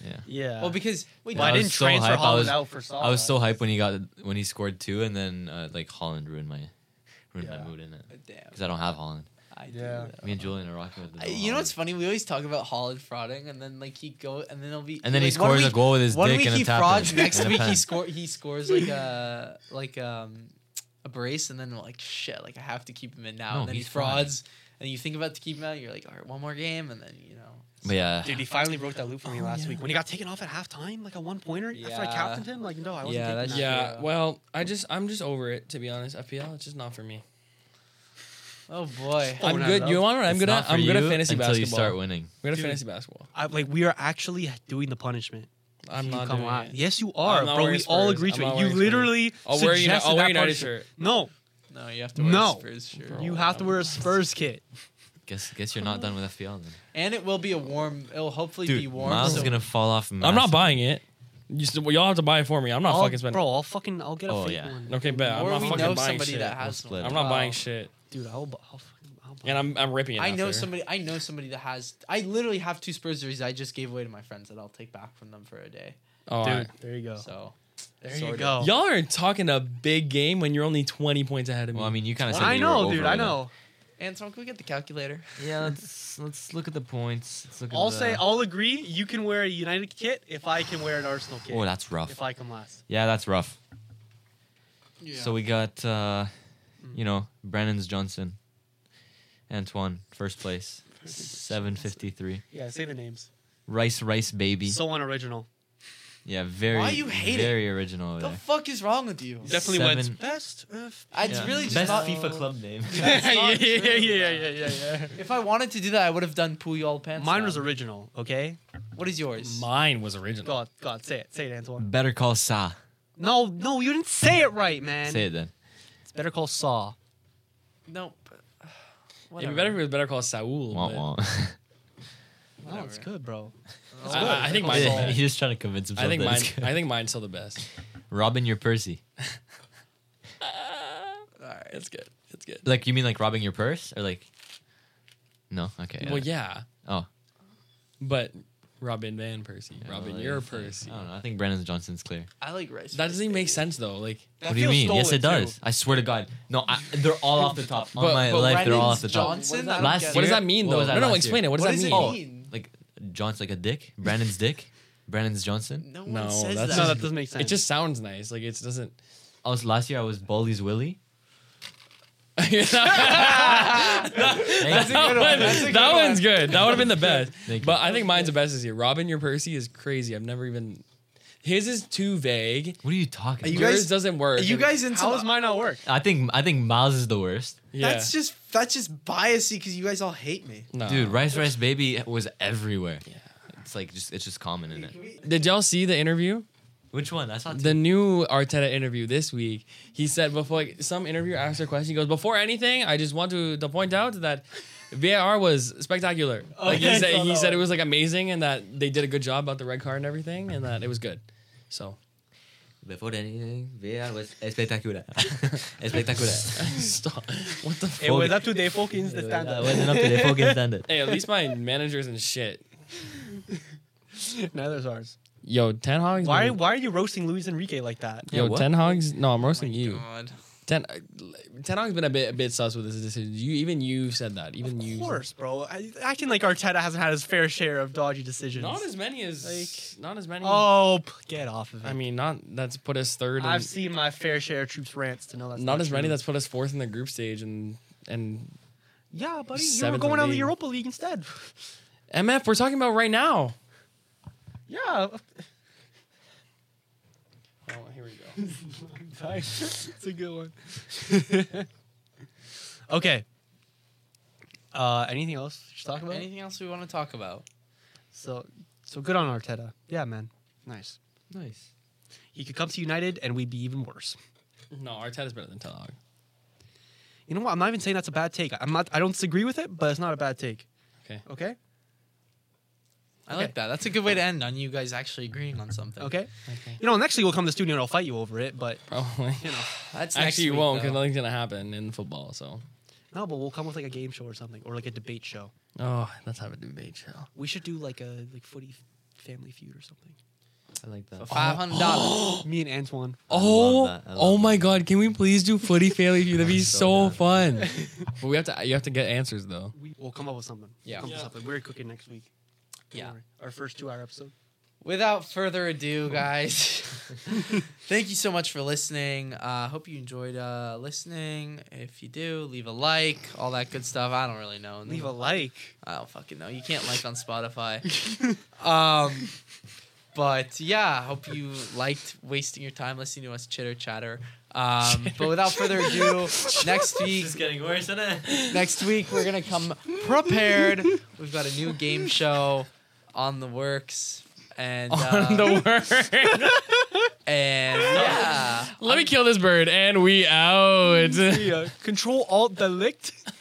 D: Yeah.
B: yeah.
A: well, because wait,
B: Well, I
D: I was
B: didn't
D: so
B: transfer
D: hype, I
B: Holland
D: was-
B: out for Salah.
D: I was
A: uh,
D: so hyped when he got when he scored two, and then uh, like Holland ruined my ruined
B: Yeah.
D: my mood in it
A: damn.
D: because I don't have Holland.
A: I
B: Yeah.
A: do.
D: Me and Julian are rocking with. the
A: I-
D: no
A: Uh, You know
D: Haaland.
A: what's funny? We always talk about Holland frauding, and then like he go, and then he'll be,
D: And then he
A: like, one
D: scores a
A: week-
D: goal with his
A: One
D: dick
A: week
D: and a
A: he
D: tap.
A: frauds,
D: in.
A: next
D: And a
A: week he
D: pen.
A: score he scores like a like um a brace, and then like shit, like I have to keep him in now,
D: No,
A: and then he
D: he's frauding.
A: frauds, and you think about to keep him out, you're like, all right, one more game, and then you know,
D: But yeah,
B: Dude, he finally broke that loop for me
C: Oh,
B: last
C: yeah.
B: week when he got taken off at halftime, like a one pointer after I
A: Yeah.
B: captained him. Like, no, I wasn't.
A: Yeah,
B: taking
A: that's-
B: that.
C: Yeah.
A: Yeah.
C: Well, I just I'm just over it to be honest. FPL, it's just not for me.
A: oh boy,
B: Oh,
C: I'm
B: no,
C: good.
B: no.
C: You want what I'm
D: it's
C: good
D: not
C: at?
D: for
C: I'm good at
D: you
C: fantasy
D: until
C: basketball.
D: you start winning.
C: I'm good at
B: Dude.
C: fantasy basketball.
B: I, like we are actually doing the punishment.
C: I'm
B: You
C: not
B: come
C: doing
B: on.
C: it.
B: Yes, you are,
C: not
B: bro.
C: wearing
B: We all
C: Spurs.
B: agreed
C: I'm
B: to
C: not
B: it. You
C: wearing Spurs.
B: literally
C: I'll wear a Uni-
B: suggested
C: I'll wear a
B: that
C: United
B: punishment.
C: shirt.
B: No,
A: no, you have to wear
B: No.
A: a Spurs shirt,
C: Bro.
B: you have to wear a Spurs kit.
D: Guess guess you're not done with FPL then.
A: and it will be a warm. It'll hopefully be
D: Dude,
A: warm.
D: Miles
A: so-
D: is gonna fall off.
C: I'm not buying it. You s- well, y'all have to buy it for me. I'm not
B: I'll-
C: fucking spending.
B: Bro, I'll fucking I'll get a
D: Oh,
B: fake
D: yeah.
B: one.
C: Okay, bet. I'm
A: or
C: not
A: we
C: fucking
A: know
C: buying
A: somebody
C: shit.
A: that has
D: We'll
A: one.
D: split
C: I'm not
A: Wow.
C: buying shit.
B: Dude, I'll, bu- I'll fucking I'll buy
C: And I'm I'm ripping it.
A: I know
C: after.
A: somebody. I know somebody that has. I literally have two Spurs jerseys I just gave away to my friends that I'll take back from them for a day.
C: Oh,
B: Dude,
C: alright.
B: there you go.
A: So
B: there you
A: sorted.
B: go.
C: Y'all are talking a big game when you're only 20 points ahead of me.
D: Well, I mean, you kind of.
B: I know, dude. I know.
A: Anton, can we get the calculator?
D: Yeah, let's let's look at the points. Let's look
B: I'll
D: at
B: say
D: the...
B: I'll agree. You can wear a United kit if I can wear an Arsenal kit.
D: Oh, that's rough.
B: if I come last.
D: Yeah, that's rough.
A: Yeah. Mm.
D: So we got, uh, you know, Brennan's Johnson, Antoine, first place, seven fifty three.
B: Yeah, say the names.
D: Rice, rice, baby.
B: So unoriginal.
D: yeah, very.
A: Why you hate it?
D: Very original. Over
A: the
D: there.
A: fuck is wrong with you?
B: Definitely went
D: Seven-
B: best. Of-
A: It's
D: Yeah.
A: really just
D: best
A: not-
D: FIFA club name.
B: yeah, yeah,
A: not
B: yeah,
A: true,
B: yeah, yeah, yeah, yeah.
A: If I wanted to do that, I would have done Puyol pants.
B: Mine was
A: down.
B: original. Okay.
A: What is yours?
C: mine was original.
B: God, God, say it, say it, Antoine.
D: Better call Sa.
B: No, no, you didn't say it right, man.
D: Say it then.
B: It's better call Saw.
A: nope.
C: It'd be better if it was better called Saul.
D: Wah,
C: but-
D: wah.
B: No, it's
A: Whatever.
B: good, bro.
C: I- I, I think
B: Better Call
C: mine.
D: He's just trying to convince himself.
C: I think
D: that
C: mine.
D: it's good.
C: I think mine's still the best.
D: Robin your Percy.
A: All right.
C: It's good. It's good.
D: Like you mean like robbing your purse or like? No. Okay.
C: Well, yeah,
D: Oh.
C: but Robin Van Percy,
D: Yeah,
C: Robin
D: well,
C: your
D: I think-
C: Percy.
D: I don't know. I think Brennan's Johnson's clear.
A: I like rice.
C: That doesn't even make sense though. Like,
B: That
D: what do you
B: feels
D: mean? Yes,
B: stolen,
D: it does.
B: too.
D: I swear to God. No, I, they're all off the top. On
C: But-
D: my
C: but
D: life, they're all off
A: Brennan's
D: the top.
A: Johnson.
B: What
A: I
B: does
A: don't
D: Last
A: get
C: what does
D: year-
C: that mean
D: what
C: though?
D: was that
C: No, no,
D: last year?
C: explain it. What does
A: What
C: that
A: does it
C: mean?
D: Oh.
A: mean?
D: Like John's like a dick. Brandon's dick. Brandon's Johnson.
A: No one
C: No,
A: says
C: that's
A: that.
B: No, that doesn't make
C: it
B: sense.
C: just sounds nice. Like, it doesn't.
D: I was last year. I was Baldy's Willie. Thank you.
C: that
A: good one. That's a
C: that
A: good one.
C: one's good. That would have been the best.
D: Thank you.
C: but I think mine's the best this year. Robin, your Percy is crazy. I've never even. His is too vague.
D: What are you talking?
A: Are you
D: about?
C: Yours
A: guys-
C: doesn't work.
A: Are you
C: And-
A: guys into?
B: How does mine not work?
D: I think I think Miles is the worst.
C: Yeah.
A: That's just that's just biasy because you guys all hate me.
C: No.
D: Dude, Rice Rice Baby was everywhere. Yeah. It's like just it's just common in it.
C: Did y'all see the interview?
D: Which one? That's not
C: The new Arteta interview this week. He said before like some interviewer asked a question, he goes, Before anything, I just want to, to point out that VAR was spectacular. Like
B: yeah,
C: he
B: I
C: said,
B: saw
C: he
B: that
C: said it
B: one.
C: was like amazing and that they did a good job about the red card and everything and that it was good. So
D: Before anything, VAR was espectacular. espectacular.
C: stop. What the
B: It
C: fuck?
B: was up to their fucking the
D: Uh,
B: standard.
D: wasn't up to the fucking standard.
C: Hey, at least my managers and shit.
B: Neither's ours.
C: Yo, Ten Hogs.
B: Why? Why are you roasting Luis Enrique like that?
C: Yo,
D: Yeah, what?
C: Ten Hogs. No, I'm
B: Oh
C: roasting you.
A: God.
C: Ten, uh, Ten Hogs been a bit a bit sus with this decision. You even you said that. Even
B: Of
C: you.
B: course, bro. I, acting like Arteta hasn't had his fair share of dodgy decisions.
C: Not as many as. not as many.
B: oh, p- get off of it.
C: I mean, not that's put us third.
B: I've
C: And,
B: seen my fair share of troops rants to know that's
C: not, as many.
B: true.
C: That's put us fourth in the group stage and and
B: yeah, buddy. You were
C: seventh in
B: going
C: the
B: on the
C: league.
B: Europa League instead.
C: MF. We're talking about right now.
B: yeah,
C: Oh, here we go.
B: it's a good one. okay. Uh, anything else you should talk about?
A: Anything else we want to talk about?
B: So, so good on Arteta. Yeah, man. Nice.
D: Nice.
B: He could come to United and we'd be even worse.
C: No, Arteta's better than Ten Hag.
B: You know what? I'm not even saying that's a bad take. I'm not. I don't disagree with it, but it's not a bad take.
C: Okay.
B: Okay.
A: I like that. That's a good way to end on you guys actually agreeing on something.
B: Okay.
C: Okay.
B: You know, next week we'll come to the studio and I'll fight you over it, but
C: Probably.
B: you know,
A: That's next
C: Actually, you
A: week,
C: won't
A: though.
C: because nothing's gonna happen in football. So.
B: no, but we'll come with like a game show or something, or like a debate show.
C: Oh, let's have a debate show.
B: We should do like a like footy family feud or something.
D: I like that.
A: For five hundred dollars.
B: Me and Antoine.
C: Oh,
D: that. I love
C: oh
D: that.
C: my God! Can we please do footy family feud? That'd be so,
D: So
C: fun. but we have to. You have to get answers though.
B: We, we'll come up with something.
C: Yeah.
B: Come up with
C: Yeah.
B: something. We're cooking next week. Don't
A: Yeah.
B: worry. Our first two hour episode.
A: Without further ado, guys, thank you so much for listening. Uh, hope you enjoyed uh, listening. If you do, leave a like, all that good stuff. I don't really know.
B: Leave a like.
A: I don't fucking know. You can't like on Spotify. um, but yeah, hope you liked wasting your time listening to us chitter chatter. Um, but without further ado, next week,
D: getting worse, isn't it?
A: next week we're gonna come prepared. We've got a new game show on the works, and uh,
C: On the word.
A: and yeah.
C: Let me kill this bird, and we out.
B: Control Alt Delict.